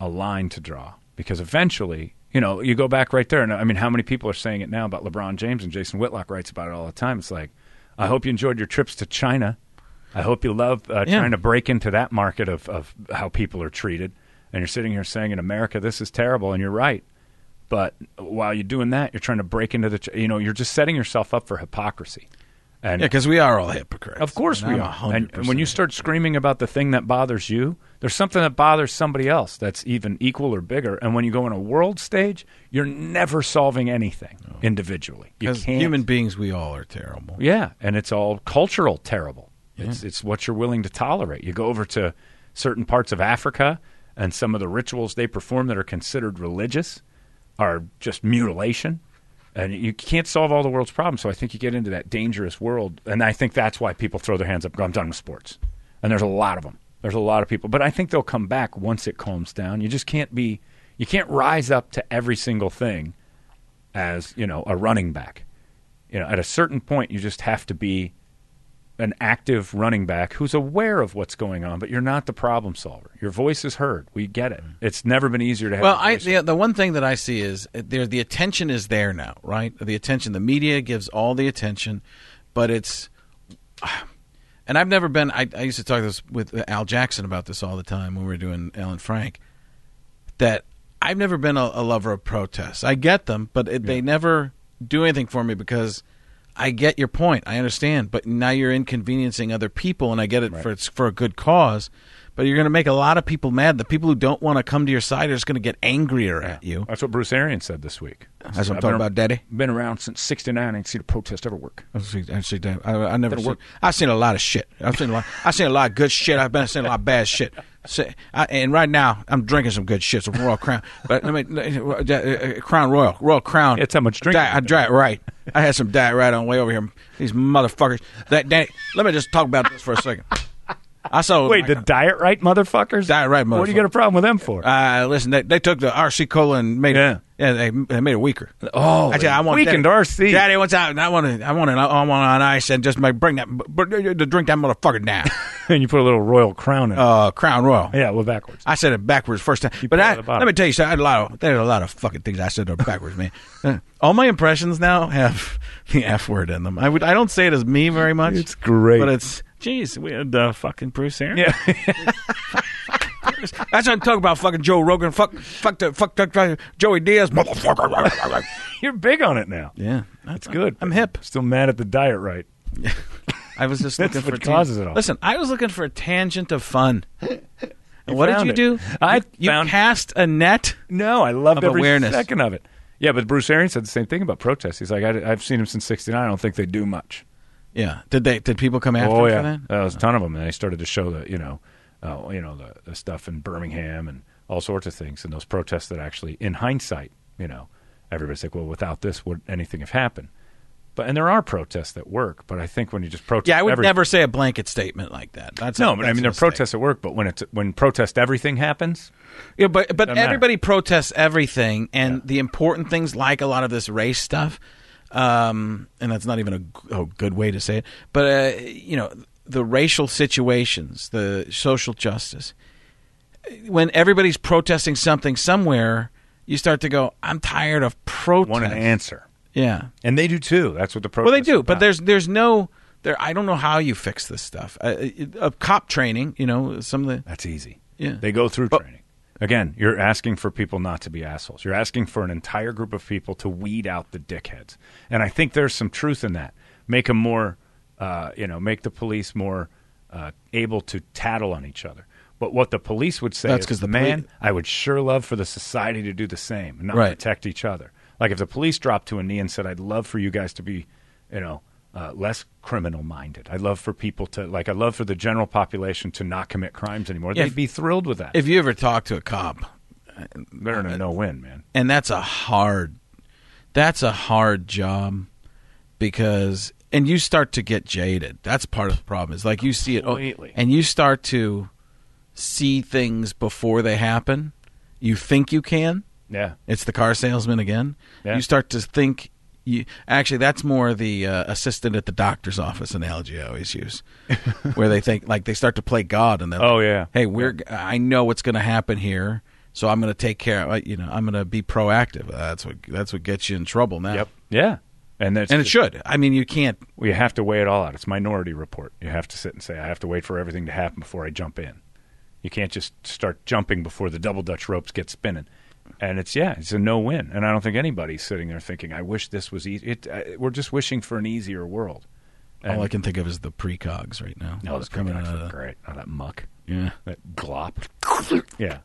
S5: a line to draw because eventually you know you go back right there and i mean how many people are saying it now about lebron james and jason whitlock writes about it all the time it's like i hope you enjoyed your trips to china i hope you love uh,
S2: Yeah.
S5: trying to break into that market of, of how people are treated and you're sitting here saying in america this is terrible and you're right but while you're doing that you're trying to break into the ch- you know you're just setting yourself up for hypocrisy and
S2: yeah, because we are all hypocrites.
S5: of course
S2: I
S5: we
S2: mean, I'm
S5: are.
S2: 100%
S5: And, and when you start screaming about the thing that bothers you, there's something that bothers somebody else that's even equal or bigger. And when you go on a world stage, you're never solving anything individually. You
S2: As
S5: can't.
S2: human beings, we all are terrible.
S5: yeah, and it's all cultural terrible. It's it's what you're willing to tolerate. You go over to certain parts of Africa, and some of the rituals they perform that are considered religious are just mutilation. And you can't solve all the world's problems. So I think you get into that dangerous world. And I think that's why people throw their hands up and go, I'm done with sports. And there's a lot of them. There's a lot of people. But I think they'll come back once it calms down. You just can't be, you can't rise up to every single thing as, you know, a running back. You know, at a certain point, you just have to be an active running back who's aware of what's going on, but you're not the problem solver. Your voice is heard. We get it. It's never been easier to have.
S2: Well,
S5: your
S2: I
S5: voice
S2: the, the one thing that I see is uh, there the attention is there now, right? The attention, the media gives all the attention, but it's and I've never been. I, I used to talk this with Al Jackson about this all the time when we were doing Alan Frank. That I've never been a, a lover of protests. I get them, but it, they never do anything for me because I get your point. I understand, but now you're inconveniencing other people, and I get it for it's for a good cause. But you're going to make a lot of people mad. The people who don't want to come to your side are just going to get angrier at you.
S5: That's what Bruce Arians said this week.
S2: That's what I'm
S5: I've
S2: talking
S5: been-
S2: about, Daddy.
S5: Been around since '69. I ain't seen a protest ever work.
S2: I've seen, I've seen that. I, I never
S5: That'll
S2: seen.
S5: work.
S2: I've seen a lot of shit. I've seen a lot. I've seen a lot of good shit. I've been seen a lot of bad shit. So, I, and right now, I'm drinking some good shit. Some Royal Crown. But let me uh, uh, Crown Royal, Royal Crown.
S5: That's how much drinking
S2: Diet, I
S5: you've been
S2: diet right. I had some diet right on the way over here. These motherfuckers. That, that let me just talk about this for a second. I saw.
S5: Wait,
S2: I-
S5: the diet right motherfuckers.
S2: Oh Diet Right
S5: What do you got a
S2: motherfucker.
S5: problem with them for?
S2: uh, listen, they, they took the RC cola and made
S5: Yeah.
S2: it. Yeah, they, they made it weaker.
S5: oh,
S2: I said, I want
S5: weakened
S2: Daddy-
S5: RC.
S2: Daddy, what's out? I want to. I want to. I want on ice and just make, bring that. br- br- To drink that motherfucker down.
S5: and you put a little royal crown in. it.
S2: uh, Crown Royal.
S5: yeah, well backwards.
S2: I said it backwards first time, but
S5: put it
S2: I,
S5: at the bottom.
S2: let me tell you, something, I had a lot of there's a lot of fucking things I said that are backwards, man. Uh, All my impressions now have the f word in them. I would I don't say it as me very much. It's
S5: great.
S2: but it's geez, we had uh, fucking Bruce Aaron. Yeah, that's what I'm talking about. Fucking Joe Rogan, fuck, fuck, the, fuck, fuck, fuck Joey Diaz, motherfucker.
S5: You're big on it now.
S2: yeah,
S5: That's good.
S2: I'm hip.
S5: Still mad at the diet right.
S2: I was just
S5: That's
S2: looking for
S5: what
S2: a tan-
S5: causes it all.
S2: Listen, I was looking for a tangent of fun. And what did
S5: found
S2: you
S5: it.
S2: do?
S5: I
S2: you, you
S5: found-
S2: cast a net.
S5: No, I loved
S2: Of
S5: every
S2: awareness.
S5: second of it. Yeah, but Bruce Arians said the same thing about protests. He's like, I, I've seen them since '69. I don't think they do much.
S2: Yeah. Did they? Did people come after
S5: oh
S2: you
S5: yeah,
S2: for that?
S5: Uh, there was a ton of them, and they started to show the you know, uh, you know the, the stuff in Birmingham and all sorts of things, and those protests that actually, in hindsight, you know, everybody's like, well, without this, would anything have happened? But and there are protests that work, but I think when you just protest,
S2: Yeah, I would
S5: every-
S2: never say a blanket statement like that. That's
S5: no,
S2: a-
S5: but I
S2: that's
S5: mean
S2: a
S5: there are
S2: mistake.
S5: protests at work, but when it's when protest everything happens,
S2: Yeah, but but
S5: Doesn't matter.
S2: everybody protests everything, and the important things, like a lot of this race stuff, um, and that's not even a, g- a good way to say it. But uh, you know, the racial situations, the social justice. When everybody's protesting something somewhere, you start to go, "I'm tired of protest."
S5: want an answer,
S2: Yeah.
S5: and they do too. That's what the protest.
S2: Well, they do, but there's there's no there. I don't know how you fix this stuff. Uh, it- uh, cop training, you know, some of the
S5: that's easy.
S2: Yeah.
S5: They go through training. Again, you're asking for people not to be assholes. You're asking for an entire group of people to weed out the dickheads. And I think there's some truth in that. Make them more, uh, you know, make the police more uh, able to tattle on each other. But what the police would say
S2: That's
S5: is,
S2: 'cause the
S5: man,
S2: poli-
S5: I would sure love for the society to do the same and not
S2: Right.
S5: protect each other. Like if the police dropped to a knee and said, I'd love for you guys to be, you know, uh, less criminal minded. I'd love for people to, like, I'd love for the general population to not commit crimes anymore.
S2: Yeah,
S5: They'd
S2: if-
S5: be thrilled with that.
S2: If uh, you ever talk to a cop,
S5: They're in a no win, man.
S2: and that's a hard that's a hard job because and you start to get jaded that's part of the problem is like you see it oh,
S5: Completely.
S2: and you start to see things before they happen you think you can
S5: Yeah.
S2: it's the car salesman again
S5: Yeah.
S2: you start to think you actually that's more the uh, assistant at the doctor's office analogy i always use where they think like they start to play god and they're
S5: Oh,
S2: like,
S5: yeah.
S2: hey we're i know what's going to happen here so i'm going to take care of uh, you know i'm going to be proactive Uh, that's what that's what gets you in trouble now
S5: Yep. Yeah. And that's
S2: and it should i mean you can't
S5: We have to weigh it all out. It's minority report. You have to sit and say, I have to wait for everything to happen before I jump in. You can't just start jumping before the double dutch ropes get spinning. And it's yeah, it's a no win. And I don't think anybody's sitting there thinking, I wish this was easy. It, uh, we're just wishing for an easier world.
S2: all i can think of is the precogs right now
S5: No,
S8: Oh,
S2: What's
S5: those
S2: coming
S5: coming
S2: out of
S5: are
S2: the-
S5: great. Oh, that muck.
S2: yeah
S5: That glop. yeah.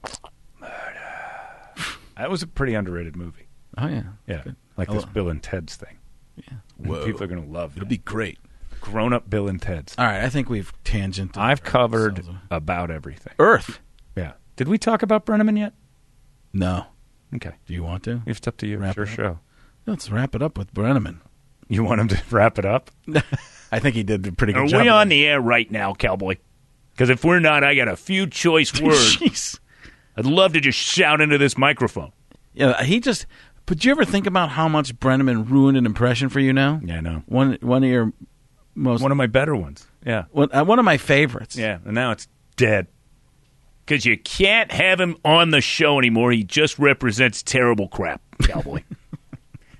S5: That was a pretty underrated movie.
S2: oh yeah
S5: Yeah. Like this Bill and Ted's thing. Yeah.
S2: Whoa.
S5: People are going to love it.
S2: it'll be great
S5: grown up Bill and Ted's.
S2: all right i think we've tangented
S5: I've covered
S2: ourselves.
S5: about everything.
S2: earth
S5: Yeah. Did we talk about Brenneman yet?
S2: no
S5: Okay.
S2: do you want to
S5: It's up to you. It's
S2: Wrap
S5: your
S2: it up.
S5: show.
S2: let's wrap it up with brenneman
S5: You want him to wrap it up?
S2: i think he did a pretty good
S8: Are
S2: job
S8: we on the air right now, cowboy? Because if we're not, I got a few choice words.
S2: Jeez.
S8: I'd love to just shout into this microphone.
S2: Yeah, he just. But do you ever think about how much Brenneman ruined an impression for you now?
S5: Yeah, I know.
S2: One one of your most
S5: One
S2: one
S5: of my better ones. Yeah.
S2: one, uh, one of my favorites.
S5: Yeah. And now it's dead.
S8: Because you can't have him on the show anymore. He just represents terrible crap, cowboy.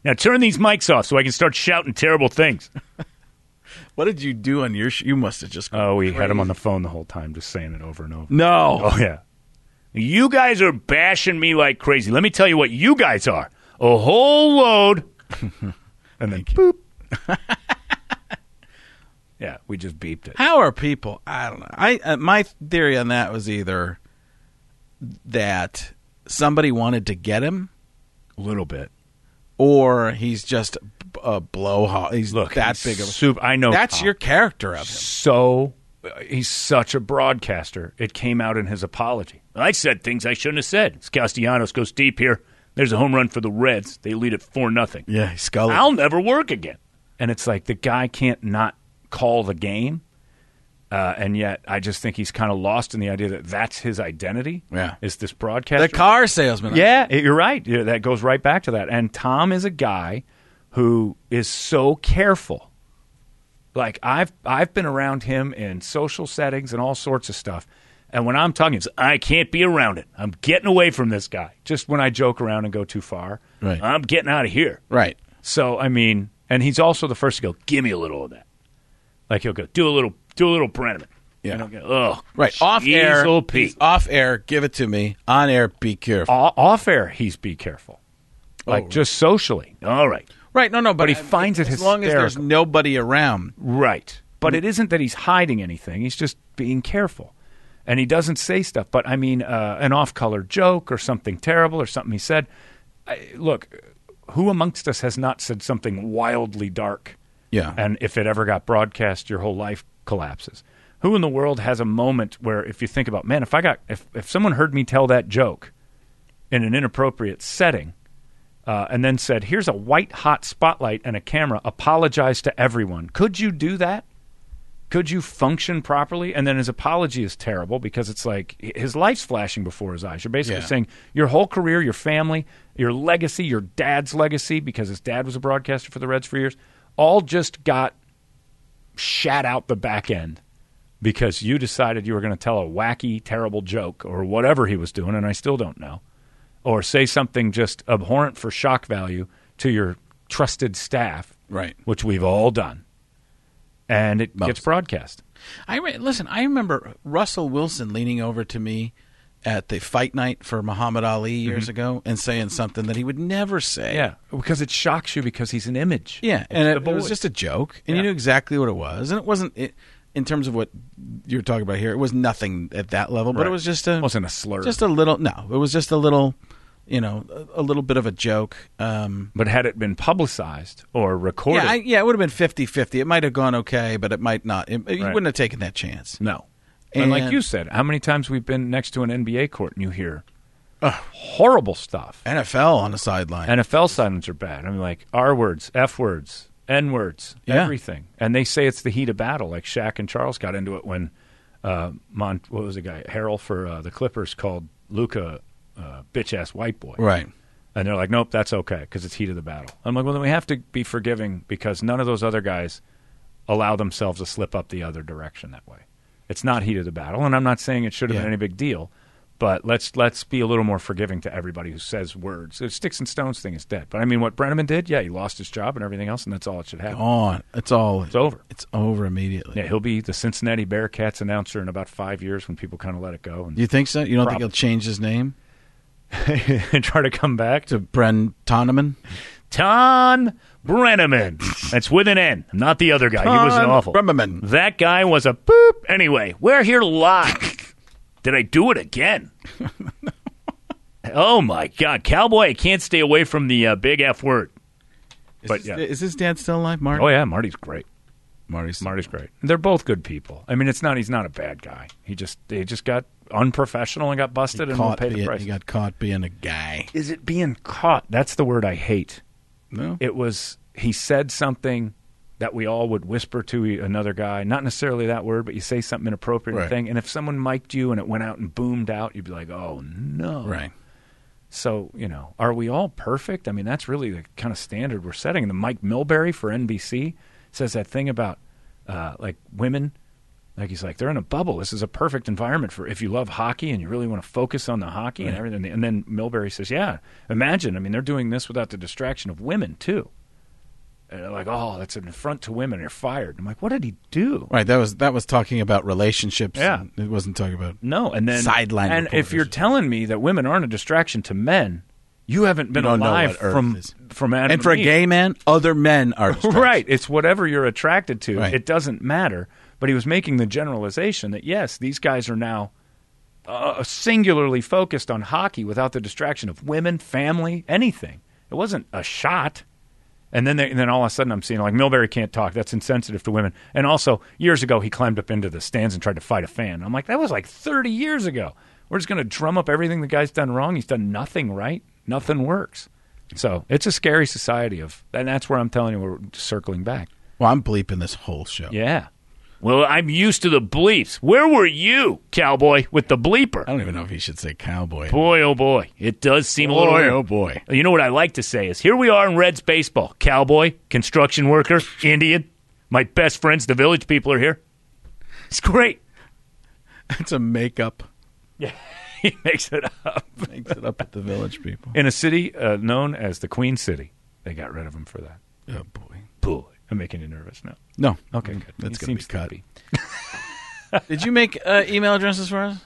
S8: now turn these mics off so I can start shouting terrible things.
S2: What did you do on your? Sh- you must have just.
S5: Oh, we had him on the phone the whole time, just saying it over and over.
S2: no.
S5: Oh, yeah.
S8: You guys are bashing me like crazy. Let me tell you what you guys are a whole load.
S5: And then boop. yeah. We just beeped it.
S2: How are people? I don't know. I uh, my theory on that was either that somebody wanted to get him,
S5: A little bit.
S2: or he's just a blowhog. He's
S5: Look,
S2: that
S5: he's
S2: big of a.
S5: soup. I know.
S2: that's
S5: Tom.
S2: your character of him.
S5: so uh, he's such a broadcaster. It came out in his apology.
S8: I said things I shouldn't have said. It's Castellanos goes deep here. There's a home run for the Reds. They lead it 4 nothing.
S2: Yeah, he's Scully.
S8: I'll never work again.
S5: And it's like the guy can't not call the game. Uh, and yet, I just think he's kind of lost in the idea that that's his identity.
S2: Yeah.
S5: is this
S2: the
S5: broadcaster?
S2: car salesman.
S5: Yeah, it- you're right. Yeah, that goes right back to that. And Tom is a guy who is so careful. Like I've I've been around him in social settings and all sorts of stuff. And when I'm talking, it's
S8: I can't be around it. I'm getting away from this guy.
S5: just when I joke around and go too far.
S2: Right.
S8: I'm getting out of here.
S2: Right.
S5: So I mean, and he's also the first to go.
S8: Give me a little of that. Like he'll go, do a little, do a little Brenneman.
S2: Yeah.
S8: And I'll go, oh,
S2: Right. Off air.
S5: oh,
S8: Pete.
S2: Off air. Give it to me. On air. Be careful.
S5: O- off air, he's be careful. Like just socially,
S8: Oh. All right,
S2: Right. No, no. But,
S5: he finds it
S2: as long as there's
S5: hysterical.
S2: nobody around.
S5: right? But it isn't that he's hiding anything. He's just being careful, and he doesn't say stuff. But I mean, uh, an off-color joke or something terrible or something he said. I, look, who amongst us has not said something wildly dark?
S2: Yeah.
S5: And if it ever got broadcast, your whole life collapses. Who in the world has a moment where, if you think about, man, if I got, if if someone heard me tell that joke in an inappropriate setting, uh, and then said, "Here's a white hot spotlight and a camera. Apologize to everyone." Could you do that? Could you function properly? And then his apology is terrible because it's like h- his life's flashing before his eyes. You're basically
S8: Yeah.
S5: saying your whole career, your family, your legacy, your dad's legacy, because his dad was a broadcaster for the Reds for years, all just got shat out the back end because you decided you were going to tell a wacky, terrible joke or whatever he was doing, and I still don't know, or say something just abhorrent for shock value to your trusted staff,
S2: Right.
S5: Which we've all done, and it gets broadcast.
S2: I re- listen. I remember Russell Wilson leaning over to me at the fight night for Muhammad Ali years
S5: Mhm.
S2: ago and saying something that he would never say.
S5: Yeah, because it shocks you because he's an image.
S2: Yeah,
S5: It's
S2: and
S5: the
S2: it, it was
S5: boy.
S2: just a joke, and you knew exactly what it was, and it wasn't it, in terms of what you're talking about here. It was nothing at that level, but
S5: Right.
S2: it was just a
S5: wasn't a slur.
S2: just a little. No, it was just a little, you know, a, a little bit of a joke. Um,
S5: but had it been publicized or recorded,
S2: yeah, I, yeah, it would have been 50-50. It might have gone okay, but it might not. It, You wouldn't have taken that chance.
S5: No, and, like
S2: And-
S5: you said, how many times we've been next to an NBA court and you hear horrible stuff.
S2: NFL on the sideline.
S5: NFL sidelines are bad. I mean, like R words, F words, N words,
S2: Yeah.
S5: everything. And they say it's the heat of battle. Like Shaq and Charles got into it when uh, Mon- what was the guy Harrell for uh, the Clippers called Luca uh, bitch ass white boy.
S2: Right.
S5: And they're like, nope, that's okay because it's heat of the battle. I'm like, well, then we have to be forgiving because none of those other guys allow themselves to slip up the other direction that way. It's not heat of the battle, and I'm not saying it should have
S2: Yeah.
S5: been any big deal, but let's let's be a little more forgiving to everybody who says words. The sticks and stones thing is dead, but I mean, what Brenneman did, yeah, he lost his job and everything else, and that's all it should happen.
S2: Gone. It's all.
S5: It's over.
S2: It's over immediately.
S5: Yeah, he'll be the Cincinnati Bearcats announcer in about five years when people kind of let it go. And
S2: You think so? You don't
S5: Probably.
S2: think he'll change his name
S5: and try to come back
S2: to Bren Toneman?
S8: Ton Brenneman. That's with an N, not the other guy. he was an
S2: Ton
S8: awful.
S2: Brenneman.
S8: That guy was a boop. Anyway, we're here live. Did I do it again? oh my God, cowboy! I can't stay away from the uh, big F word. but yeah,
S2: Is his dad still alive, Mark?
S5: Oh yeah, Marty's great.
S2: Marty's
S5: Marty's great. They're both good people. I mean, it's not he's not a bad guy. He just he just got unprofessional and got busted and will
S2: Caught
S5: pay the
S2: being-
S5: price.
S2: He got caught being a guy.
S5: Is it being caught? That's the word I hate.
S2: No.
S5: It was he said something that we all would whisper to e- another guy. Not necessarily that word, but you say something inappropriate
S2: Right.
S5: and thing. And if someone mic'd you and it went out and boomed out, you'd be like, "Oh no!"
S2: Right.
S5: So you know, are we all perfect? I mean, that's really the kind of standard we're setting. And the Mike Milbury for NBC says that thing about uh, like women. Like he's like they're in a bubble. This is a perfect environment for if you love hockey and you really want to focus on the hockey and
S2: Right.
S5: everything. And then Milbury says, "Yeah, imagine. I mean, they're doing this without the distraction of women too." And they're like, "Oh, that's an affront to women. You're fired." I'm like, "What did he do?"
S2: Right. That was that was talking about relationships.
S5: Yeah.
S2: and It wasn't talking about
S5: No, and then
S2: sideline.
S5: And if you're telling me that women aren't a distraction to men, you haven't been
S2: don't know
S5: alive
S2: what Earth
S5: from
S2: is.
S5: from Adam
S2: and for a
S5: and Eve.
S2: gay man, other men are distracted.
S5: right? It's whatever you're attracted to.
S2: Right.
S5: It doesn't matter. But he was making the generalization that yes, these guys are now uh, singularly focused on hockey without the distraction of women, family, anything. It wasn't a shot. And then, they, and then all of a sudden, I'm seeing like Milbury can't talk. That's insensitive to women. And also, years ago, he climbed up into the stands and tried to fight a fan. I'm like, that was like 30 years ago. We're just going to drum up everything the guy's done wrong. He's done nothing right. Nothing works. So it's a scary society of, and that's where I'm telling you we're circling back.
S2: Well, I'm bleeping this whole show.
S5: Yeah.
S8: Well, I'm used to the bleeps. Where were you, cowboy, with the bleeper?
S2: I don't even know if he should say cowboy.
S8: Boy, oh boy, it does seem a little.
S2: Boy,
S8: weird.
S2: oh boy.
S8: You know what I like to say is here we are in Reds baseball. Cowboy, construction worker, Indian. My best friends, the village people, are here. It's great.
S2: It's a makeup.
S8: He makes it up.
S2: Makes it up at the village people.
S5: In a city uh, known as the Queen City, they got rid of him for that.
S2: Oh boy.
S8: Boy.
S5: I'm making you nervous now.
S2: No.
S5: Okay, good.
S2: That's
S5: He
S2: gonna be
S5: seems
S2: cut.
S5: happy.
S2: Did you make uh, email addresses for us?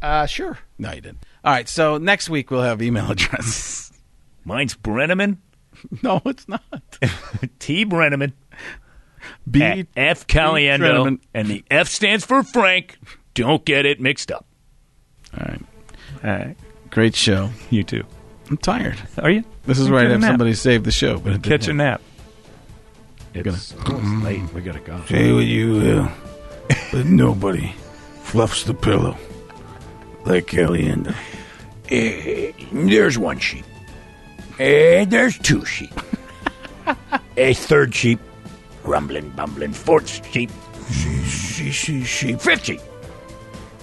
S6: Uh, sure.
S2: No, you didn't. All right. So next week we'll have email addresses.
S8: Mine's Brenneman,
S2: no, it's not.
S8: T. Brenneman,
S2: B.
S5: Eh,
S8: at F. Caliendo,
S2: Brenneman.
S8: and the F stands for Frank. Don't get it mixed up.
S2: All right.
S5: All right.
S2: Great show.
S5: You too.
S2: I'm tired.
S5: Are you?
S2: This is
S5: Take
S2: where I'd
S5: a
S2: have
S5: nap.
S2: somebody save the show, but it didn't
S5: Catch a
S2: happen.
S5: nap.
S2: gonna-
S5: It's almost late. We gotta go.
S10: Say what you will, but nobody fluffs the pillow like Caliendo.
S11: Eh, There's one sheep.
S5: And there's two sheep. a third sheep, rumbling, bumbling. Fourth sheep, she, she, she, she. Fifth sheep.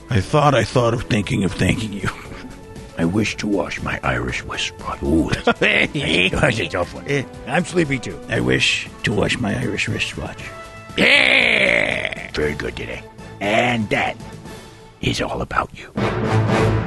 S5: I thought I thought of thinking of thanking you. I wish to wash my Irish wristwatch. Ooh, that's, that's a tough one. I'm sleepy too. I wish to wash my Irish wristwatch. Yeah! Very good today. And that is all about you.